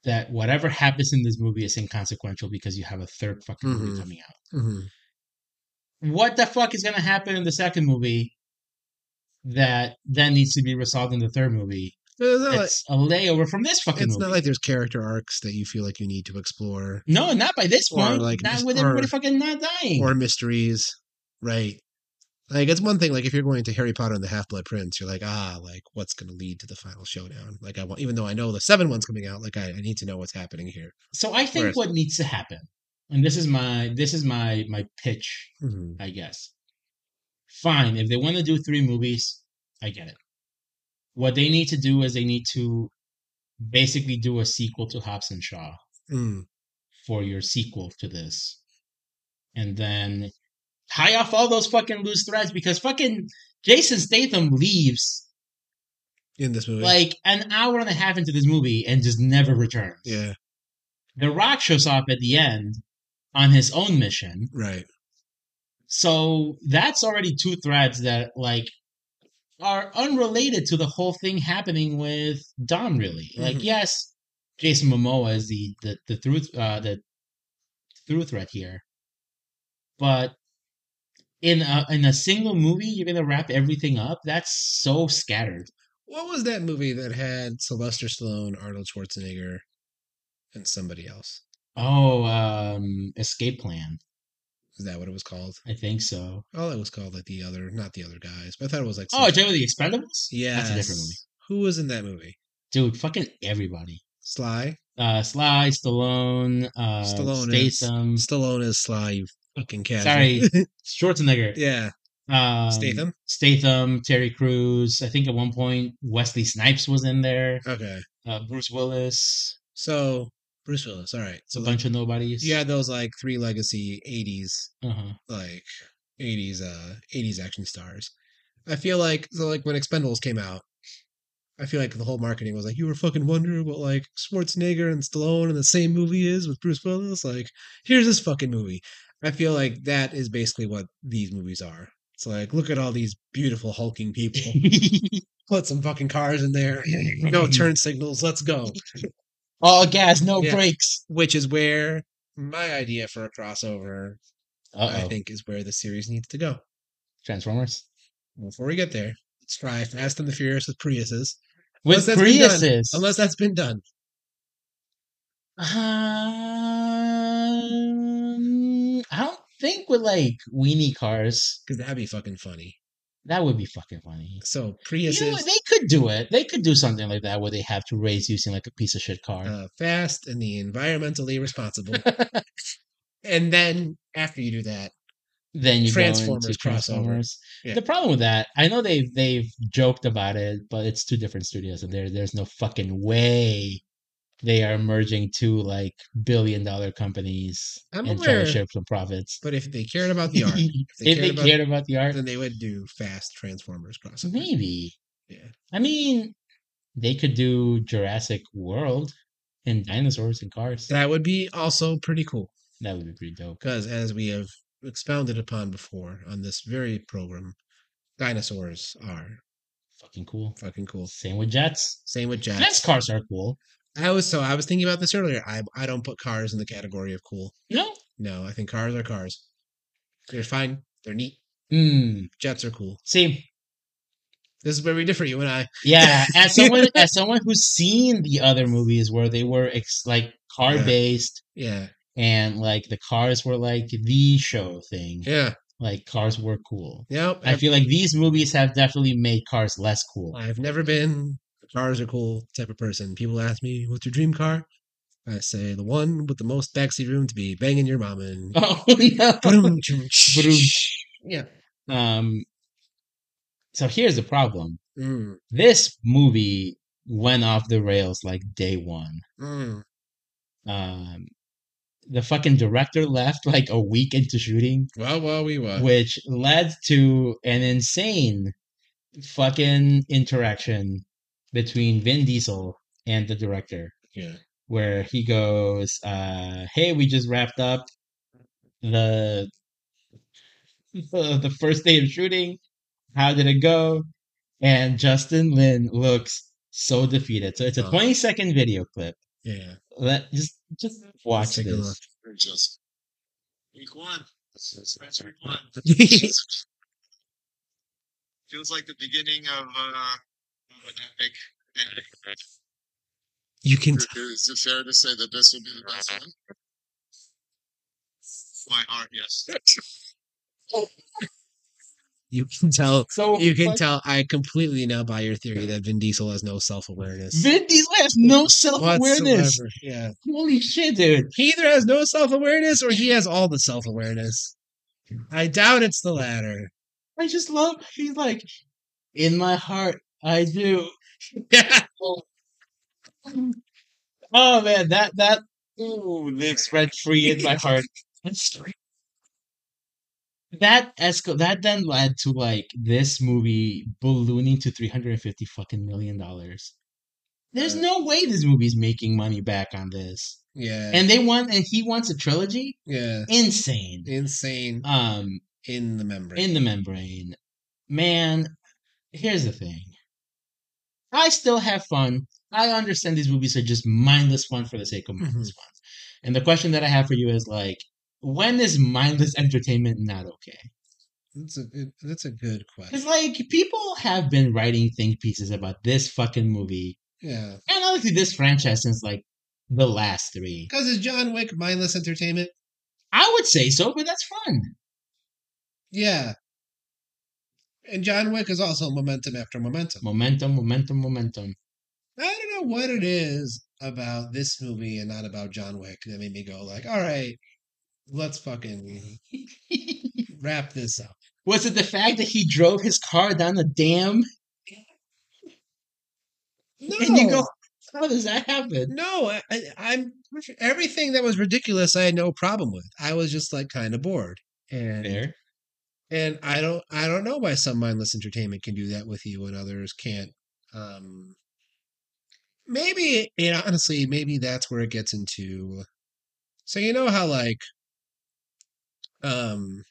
[SPEAKER 1] that whatever happens in this movie is inconsequential because you have a third fucking
[SPEAKER 2] Mhm.
[SPEAKER 1] movie coming out.
[SPEAKER 2] Mhm.
[SPEAKER 1] What the fuck is gonna happen in the second movie that then needs to be resolved in the third movie?
[SPEAKER 2] it's not like-
[SPEAKER 1] It's a layover from this fucking
[SPEAKER 2] it's
[SPEAKER 1] movie.
[SPEAKER 2] not like there's character arcs that you feel like you need to explore
[SPEAKER 1] no, not by this
[SPEAKER 2] Or,
[SPEAKER 1] point.
[SPEAKER 2] like,
[SPEAKER 1] not
[SPEAKER 2] just-
[SPEAKER 1] with
[SPEAKER 2] or-
[SPEAKER 1] everybody fucking not dying.
[SPEAKER 2] or mysteries, right? Like it's one thing, like if you're going to Harry Potter and the Half Blood Prince, you're like, ah, like what's going to lead to the final showdown? Like I want, even though I know the seven one's coming out, like I, I need to know what's happening here.
[SPEAKER 1] so i think
[SPEAKER 2] Whereas-
[SPEAKER 1] what needs to happen and this is my this is my my pitch
[SPEAKER 2] Mhm.
[SPEAKER 1] i guess fine if they want to do three movies i get it what they need to do is they need to basically do a sequel to hobbs and shaw
[SPEAKER 2] Mm.
[SPEAKER 1] for your sequel to this and then tie off all those fucking loose threads because fucking jason statham leaves
[SPEAKER 2] In this movie,
[SPEAKER 1] like an hour and a half into this movie and just never returns
[SPEAKER 2] yeah,
[SPEAKER 1] the rock shows up at the end on his own mission
[SPEAKER 2] right,
[SPEAKER 1] So that's already two threads that like are unrelated to the whole thing happening with Dom. Really, like
[SPEAKER 2] Mhm.
[SPEAKER 1] yes, Jason Momoa is the the the through uh, the through thread here, but in a in a single movie, you're gonna wrap everything up. That's so scattered.
[SPEAKER 2] What was that movie that had Sylvester Stallone, Arnold Schwarzenegger, and somebody else?
[SPEAKER 1] Oh, um, escape plan.
[SPEAKER 2] Is that what it was called?
[SPEAKER 1] I think so.
[SPEAKER 2] Oh, it was called like the other, not the other guys, but I thought it was like
[SPEAKER 1] Oh, Jay with the Expendables.
[SPEAKER 2] yeah,
[SPEAKER 1] that's a different movie,
[SPEAKER 2] Who was in that movie?
[SPEAKER 1] dude. Fucking everybody.
[SPEAKER 2] Sly.
[SPEAKER 1] uh, Sly, Stallone, uh,
[SPEAKER 2] Stallone is-
[SPEAKER 1] Statham,
[SPEAKER 2] Stallone is Sly, you fucking cat.
[SPEAKER 1] Mm. Sorry. Schwarzenegger,
[SPEAKER 2] yeah.
[SPEAKER 1] um,
[SPEAKER 2] Statham?
[SPEAKER 1] Statham, Terry Crews. I think at one point Wesley Snipes was in there.
[SPEAKER 2] Okay.
[SPEAKER 1] Uh, Bruce Willis,
[SPEAKER 2] So Bruce Willis. All right.
[SPEAKER 1] it's a
[SPEAKER 2] So
[SPEAKER 1] bunch of nobodies.
[SPEAKER 2] you had those like three legacy '80s,
[SPEAKER 1] uh-huh.
[SPEAKER 2] like '80s, uh '80s action stars. I feel like so like when Expendables came out, I feel like the whole marketing was like, you were fucking wondering what like Schwarzenegger and Stallone in the same movie is with Bruce Willis. Like, here's this fucking movie. I feel like that is basically what these movies are. It's like, look at all these beautiful hulking people. Put some fucking cars in there. no turn signals. Let's go.
[SPEAKER 1] All gas, no
[SPEAKER 2] Yeah.
[SPEAKER 1] brakes.
[SPEAKER 2] which is where my idea for a crossover I
[SPEAKER 1] Uh oh.
[SPEAKER 2] think is where the series needs to go.
[SPEAKER 1] Transformers
[SPEAKER 2] Before we get there, let's try Fast and the Furious with Priuses.
[SPEAKER 1] with
[SPEAKER 2] that's been done.
[SPEAKER 1] Priuses.
[SPEAKER 2] Unless that's been done.
[SPEAKER 1] Um, I don't think with like weenie cars
[SPEAKER 2] Because that'd be fucking funny.
[SPEAKER 1] that would be fucking funny.
[SPEAKER 2] So
[SPEAKER 1] You
[SPEAKER 2] Priuses
[SPEAKER 1] know what, they could do it. They could do something like that where they have to race using like a piece of shit car.
[SPEAKER 2] uh, fast and the environmentally responsible. and then after you do that,
[SPEAKER 1] then you
[SPEAKER 2] Transformers
[SPEAKER 1] go into
[SPEAKER 2] crossover.
[SPEAKER 1] Transformers.
[SPEAKER 2] Yeah.
[SPEAKER 1] The problem with that, I know they've they've joked about it, but it's two different studios, and there there's no fucking way they are merging two like billion dollar companies
[SPEAKER 2] I'm
[SPEAKER 1] and trying
[SPEAKER 2] aware.
[SPEAKER 1] to share some profits.
[SPEAKER 2] but if they cared about the art,
[SPEAKER 1] if they,
[SPEAKER 2] they cared about-
[SPEAKER 1] cared about the art,
[SPEAKER 2] then they would do fast Transformers crossover.
[SPEAKER 1] maybe.
[SPEAKER 2] Yeah.
[SPEAKER 1] I mean, they could do Jurassic World and dinosaurs and cars.
[SPEAKER 2] That would be also pretty cool.
[SPEAKER 1] That would be pretty dope.
[SPEAKER 2] Because as we have expounded upon before on this very program, dinosaurs are
[SPEAKER 1] Fucking cool.
[SPEAKER 2] fucking cool.
[SPEAKER 1] Same with jets.
[SPEAKER 2] Same with jets.
[SPEAKER 1] Jets cars are cool.
[SPEAKER 2] I was so I was thinking about this earlier. I I don't put cars in the category of cool.
[SPEAKER 1] No.
[SPEAKER 2] No, I think cars are cars. They're fine. They're neat.
[SPEAKER 1] Mm.
[SPEAKER 2] Jets are cool.
[SPEAKER 1] See,
[SPEAKER 2] This is where we differ, you and I.
[SPEAKER 1] Yeah, as someone as someone who's seen the other movies where they were ex- like car
[SPEAKER 2] Yeah.
[SPEAKER 1] based
[SPEAKER 2] Yeah.
[SPEAKER 1] and like the cars were like the show thing,
[SPEAKER 2] Yeah.
[SPEAKER 1] like cars were cool.
[SPEAKER 2] Yep.
[SPEAKER 1] I
[SPEAKER 2] I've,
[SPEAKER 1] feel like these movies have definitely made cars less cool.
[SPEAKER 2] I've never been cars are cool type of person. People ask me, "What's your dream car?" I say the one with the most backseat room to be banging your mom in.
[SPEAKER 1] Oh no.
[SPEAKER 2] yeah.
[SPEAKER 1] Um so here's the problem.
[SPEAKER 2] Mm,
[SPEAKER 1] This movie went off the rails like day 1.
[SPEAKER 2] mm.
[SPEAKER 1] Um the fucking director left like a week into shooting.
[SPEAKER 2] Well, well, we were.
[SPEAKER 1] which led to an insane fucking interaction between Vin Diesel and the director,
[SPEAKER 2] yeah.
[SPEAKER 1] where he goes, uh, "Hey, we just wrapped up the the, the first day of shooting. How did it go?" And Justin Lin looks so defeated. So it's a
[SPEAKER 2] Oh.
[SPEAKER 1] 20 second video clip.
[SPEAKER 2] Yeah.
[SPEAKER 1] Let just just watch
[SPEAKER 2] take a
[SPEAKER 1] this.
[SPEAKER 2] look.
[SPEAKER 3] Or just week one. That's week one. Feels like the beginning of, uh, of an epic. ending.
[SPEAKER 2] you can. T-
[SPEAKER 3] Is it fair to say that this will be the last one? My heart, yes.
[SPEAKER 2] you can tell.
[SPEAKER 1] So
[SPEAKER 2] You can
[SPEAKER 1] fuck-
[SPEAKER 2] tell. I completely now buy your theory that Vin Diesel has no self awareness.
[SPEAKER 1] Vin Diesel has no self awareness.
[SPEAKER 2] Yeah.
[SPEAKER 1] Holy shit, dude.
[SPEAKER 2] He either has no self awareness or he has all the self awareness. I doubt it's the latter.
[SPEAKER 1] I just love he's like in my heart I do. Oh man, that that ooh, lives rent free in my heart. That esco that then led to like this movie ballooning to 350 fucking million dollars. There's
[SPEAKER 2] Uh,
[SPEAKER 1] no way this movie's making money back on this.
[SPEAKER 2] yeah.
[SPEAKER 1] And they want and he wants a trilogy?
[SPEAKER 2] yeah.
[SPEAKER 1] Insane.
[SPEAKER 2] Insane
[SPEAKER 1] Um
[SPEAKER 2] Uh, in the membrane.
[SPEAKER 1] in the membrane. Man, here's the thing. I still have fun. I understand these movies are just mindless fun for the sake of mindless fun. And the question that I have for you is like, when is mindless entertainment not okay?
[SPEAKER 2] that's a it, that's a good
[SPEAKER 1] Because
[SPEAKER 2] question.
[SPEAKER 1] like people have been writing think pieces about this fucking movie
[SPEAKER 2] Yeah.
[SPEAKER 1] and honestly this franchise since like the last three.
[SPEAKER 2] Because is John Wick mindless entertainment?
[SPEAKER 1] I would say so, but that's fun.
[SPEAKER 2] Yeah. And John Wick is also momentum after momentum.
[SPEAKER 1] Momentum, momentum, momentum.
[SPEAKER 2] I don't know what it is about this movie and not about John Wick that made me go like, all right, let's fucking
[SPEAKER 1] Mm-hmm.
[SPEAKER 2] wrap this up.
[SPEAKER 1] Was it the fact that he drove his car down a dam?
[SPEAKER 2] No,
[SPEAKER 1] And you go, how does that happen?
[SPEAKER 2] no, I, I, I'm everything that was ridiculous. I had no problem with. I was just like kind of bored, and
[SPEAKER 1] Fair.
[SPEAKER 2] and I don't I don't know why some mindless entertainment can do that with you and others can't. Um, maybe it honestly maybe that's where it gets into. So you know how like, um,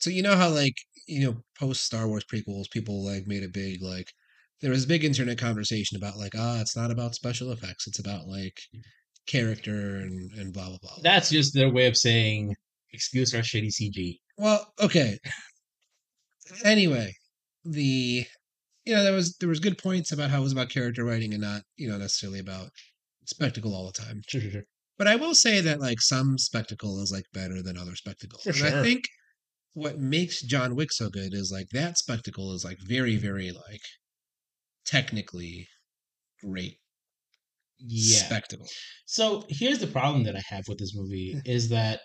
[SPEAKER 2] so you know how like you know post Star Wars prequels people like made a big like there was a big internet conversation about like, ah, it's not about special effects. It's about like character and, and blah blah blah.
[SPEAKER 1] That's just their way of saying excuse our shitty CG.
[SPEAKER 2] Well, okay. Anyway, the you know there was there was good points about how it was about character writing and not you know necessarily about spectacle all the time.
[SPEAKER 1] Sure, sure, sure.
[SPEAKER 2] But I will say that like some spectacle is like better than other spectacles.
[SPEAKER 1] For
[SPEAKER 2] and I
[SPEAKER 1] sure.
[SPEAKER 2] think what makes John Wick so good is like that spectacle is like very very like technically great
[SPEAKER 1] Yeah.
[SPEAKER 2] spectacle.
[SPEAKER 1] So here's the problem that I have with this movie is that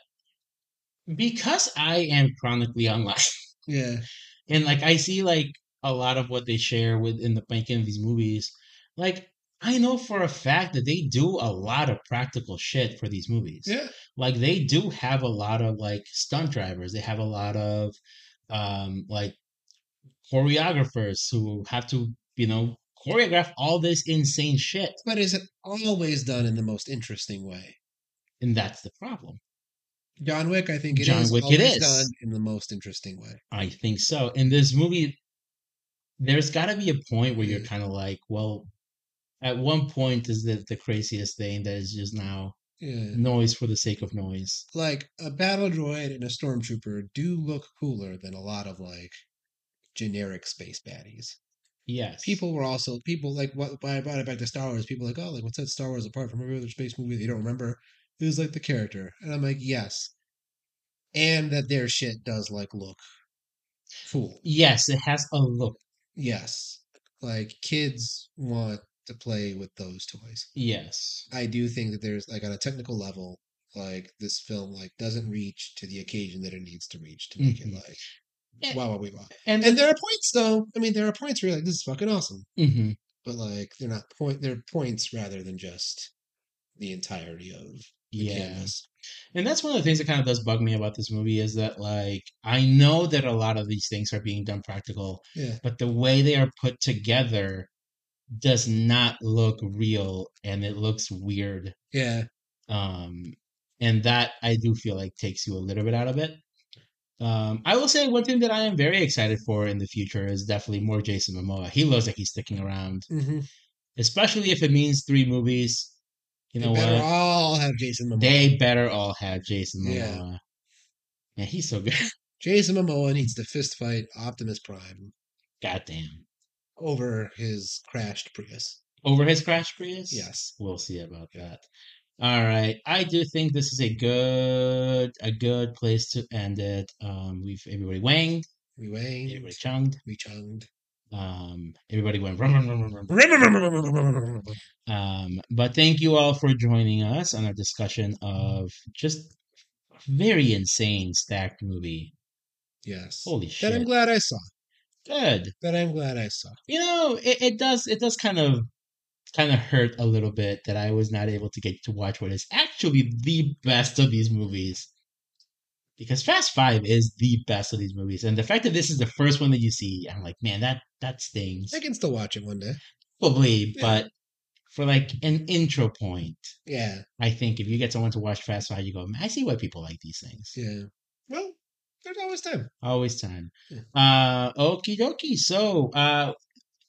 [SPEAKER 1] because I am chronically online
[SPEAKER 2] Yeah.
[SPEAKER 1] and like I see like a lot of what they share within the making of these movies, like I know for a fact that they do a lot of practical shit for these movies.
[SPEAKER 2] Yeah.
[SPEAKER 1] Like they do have a lot of like stunt drivers. They have a lot of um like choreographers who have to, you know, choreograph all this insane shit.
[SPEAKER 2] But is it always done in the most interesting way?
[SPEAKER 1] And that's the problem.
[SPEAKER 2] John Wick, I think it is
[SPEAKER 1] John Wick it
[SPEAKER 2] always
[SPEAKER 1] is.
[SPEAKER 2] done in the most interesting way.
[SPEAKER 1] I think so. In this movie, there's got to be a point where you're kind of like, well, at one point is the, the craziest thing that is just now
[SPEAKER 2] Yeah.
[SPEAKER 1] noise for the sake of noise.
[SPEAKER 2] Like a battle droid and a stormtrooper do look cooler than a lot of like generic space baddies.
[SPEAKER 1] Yes.
[SPEAKER 2] People were also people like what why I brought it back to Star Wars. People like oh like what sets Star Wars apart from every other space movie that you don't remember? It was like the character, and I'm like yes, and that their shit does like look cool.
[SPEAKER 1] Yes, it has a look.
[SPEAKER 2] Yes, like kids want to play with those toys.
[SPEAKER 1] Yes.
[SPEAKER 2] I do think that there's like on a technical level, like this film like doesn't reach to the occasion that it needs to reach to make
[SPEAKER 1] Mhm.
[SPEAKER 2] it like
[SPEAKER 1] Yeah.
[SPEAKER 2] wow wow we wow.
[SPEAKER 1] And,
[SPEAKER 2] And there are points though. I mean, there are points where you're like this is fucking awesome,
[SPEAKER 1] Mhm.
[SPEAKER 2] but like they're not point. They're points rather than just the entirety of the
[SPEAKER 1] yeah.
[SPEAKER 2] canvas.
[SPEAKER 1] And that's one of the things that kind of does bug me about this movie is that, like, I know that a lot of these things are being done practical,
[SPEAKER 2] Yeah,
[SPEAKER 1] but the way they are put together does not look real and it looks weird
[SPEAKER 2] yeah.
[SPEAKER 1] um, and that I do feel like takes you a little bit out of it. Um, I will say one thing that I am very excited for in the future is definitely more Jason Momoa. He looks like he's sticking around,
[SPEAKER 2] Mm-hmm.
[SPEAKER 1] especially if it means three movies. You know
[SPEAKER 2] they better
[SPEAKER 1] what?
[SPEAKER 2] all have Jason Momoa.
[SPEAKER 1] they better all have Jason Momoa.
[SPEAKER 2] Yeah.
[SPEAKER 1] Yeah, he's so good.
[SPEAKER 2] Jason Momoa needs to fist fight Optimus Prime
[SPEAKER 1] Goddamn.
[SPEAKER 2] over his crashed Prius.
[SPEAKER 1] Over his Crash Prius?
[SPEAKER 2] Yes.
[SPEAKER 1] We'll see about that. All right. I do think this is a good a good place to end it. Um, we've everybody wanged,
[SPEAKER 2] We waned.
[SPEAKER 1] everybody chunged.
[SPEAKER 2] We chunged.
[SPEAKER 1] Um, everybody went rum, rum, rum, rum, rum.
[SPEAKER 2] Yes.
[SPEAKER 1] Um, but thank you all for joining us on our discussion of just a very insane stacked movie. Holy shit!
[SPEAKER 2] That I'm glad I saw.
[SPEAKER 1] Good.
[SPEAKER 2] That I'm glad I saw.
[SPEAKER 1] You know, it, it does it does kind of kind of hurt a little bit that I was not able to get to watch what is actually the best of these movies. Because Fast Five is the best of these movies, and the fact that this is the first one that you see, I'm like, man, that that stings.
[SPEAKER 2] I can still watch it one day.
[SPEAKER 1] Probably,
[SPEAKER 2] Yeah.
[SPEAKER 1] but for like an intro point,
[SPEAKER 2] Yeah,
[SPEAKER 1] I think if you get someone to watch Fast Five, you go, "Man, I see why people like these things.
[SPEAKER 2] yeah. Well, there's always time.
[SPEAKER 1] Always time.
[SPEAKER 2] Yeah.
[SPEAKER 1] Uh, okie dokie. So, uh,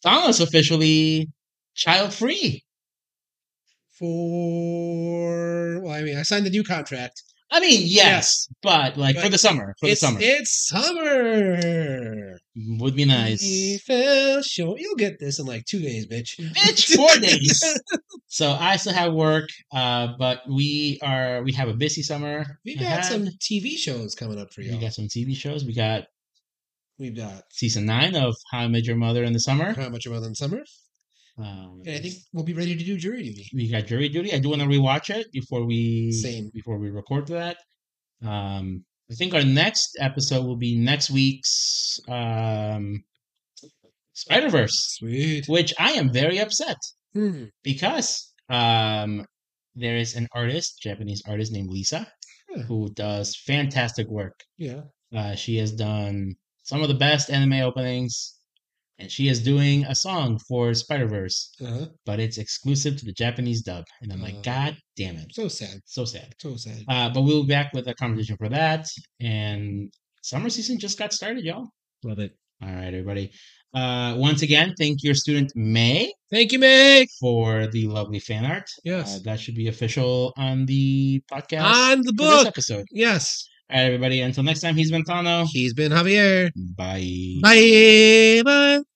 [SPEAKER 1] Donald's officially child free.
[SPEAKER 2] For well, I mean, I signed the new contract.
[SPEAKER 1] I mean, yes,
[SPEAKER 2] Yes.
[SPEAKER 1] but like for
[SPEAKER 2] But
[SPEAKER 1] the summer, for
[SPEAKER 2] it's,
[SPEAKER 1] the summer
[SPEAKER 2] It's summer.
[SPEAKER 1] would be nice.
[SPEAKER 2] Fell short. You'll get this in like two days, bitch.
[SPEAKER 1] Bitch, four days. So I still have work, uh, but we are we have a busy summer.
[SPEAKER 2] We got
[SPEAKER 1] ahead.
[SPEAKER 2] some TV shows coming up for
[SPEAKER 1] Uh-huh. We
[SPEAKER 2] y'all.
[SPEAKER 1] got some TV shows. We got
[SPEAKER 2] We've got
[SPEAKER 1] season nine of How I Met Your Mother in the summer.
[SPEAKER 2] how much about them summer,
[SPEAKER 1] Um,
[SPEAKER 2] and I think we'll be ready to do jury duty.
[SPEAKER 1] we got jury duty. I do want to rewatch it before we
[SPEAKER 2] Same.
[SPEAKER 1] before we record that. Um, I think our next episode will be next week's um, Spider Verse,
[SPEAKER 2] Sweet.
[SPEAKER 1] which I am very upset
[SPEAKER 2] Hmm.
[SPEAKER 1] because um, there is an artist, Japanese artist named Lisa,
[SPEAKER 2] Hmm.
[SPEAKER 1] who does fantastic work.
[SPEAKER 2] Yeah.
[SPEAKER 1] Uh, she has done some of the best anime openings, and she is doing a song for Spider Verse
[SPEAKER 2] Uh-huh.
[SPEAKER 1] but it's exclusive to the Japanese dub. And I'm like,
[SPEAKER 2] Oh.
[SPEAKER 1] God damn it.
[SPEAKER 2] So sad.
[SPEAKER 1] So sad.
[SPEAKER 2] So sad.
[SPEAKER 1] Uh, but we'll be back with a conversation for that. And summer season just got started, y'all.
[SPEAKER 2] Love it.
[SPEAKER 1] All right, everybody. Uh, once again, thank your student May
[SPEAKER 2] Thank you, Meg.
[SPEAKER 1] for the lovely fan art.
[SPEAKER 2] Yes. Ah,
[SPEAKER 1] Uh, that should be official on the podcast
[SPEAKER 2] On the
[SPEAKER 1] for this
[SPEAKER 2] book.
[SPEAKER 1] episode.
[SPEAKER 2] Yes.
[SPEAKER 1] All right, everybody. Until next time, he's been Tano.
[SPEAKER 2] He's been Javier.
[SPEAKER 1] Bye.
[SPEAKER 2] Bye. Bye.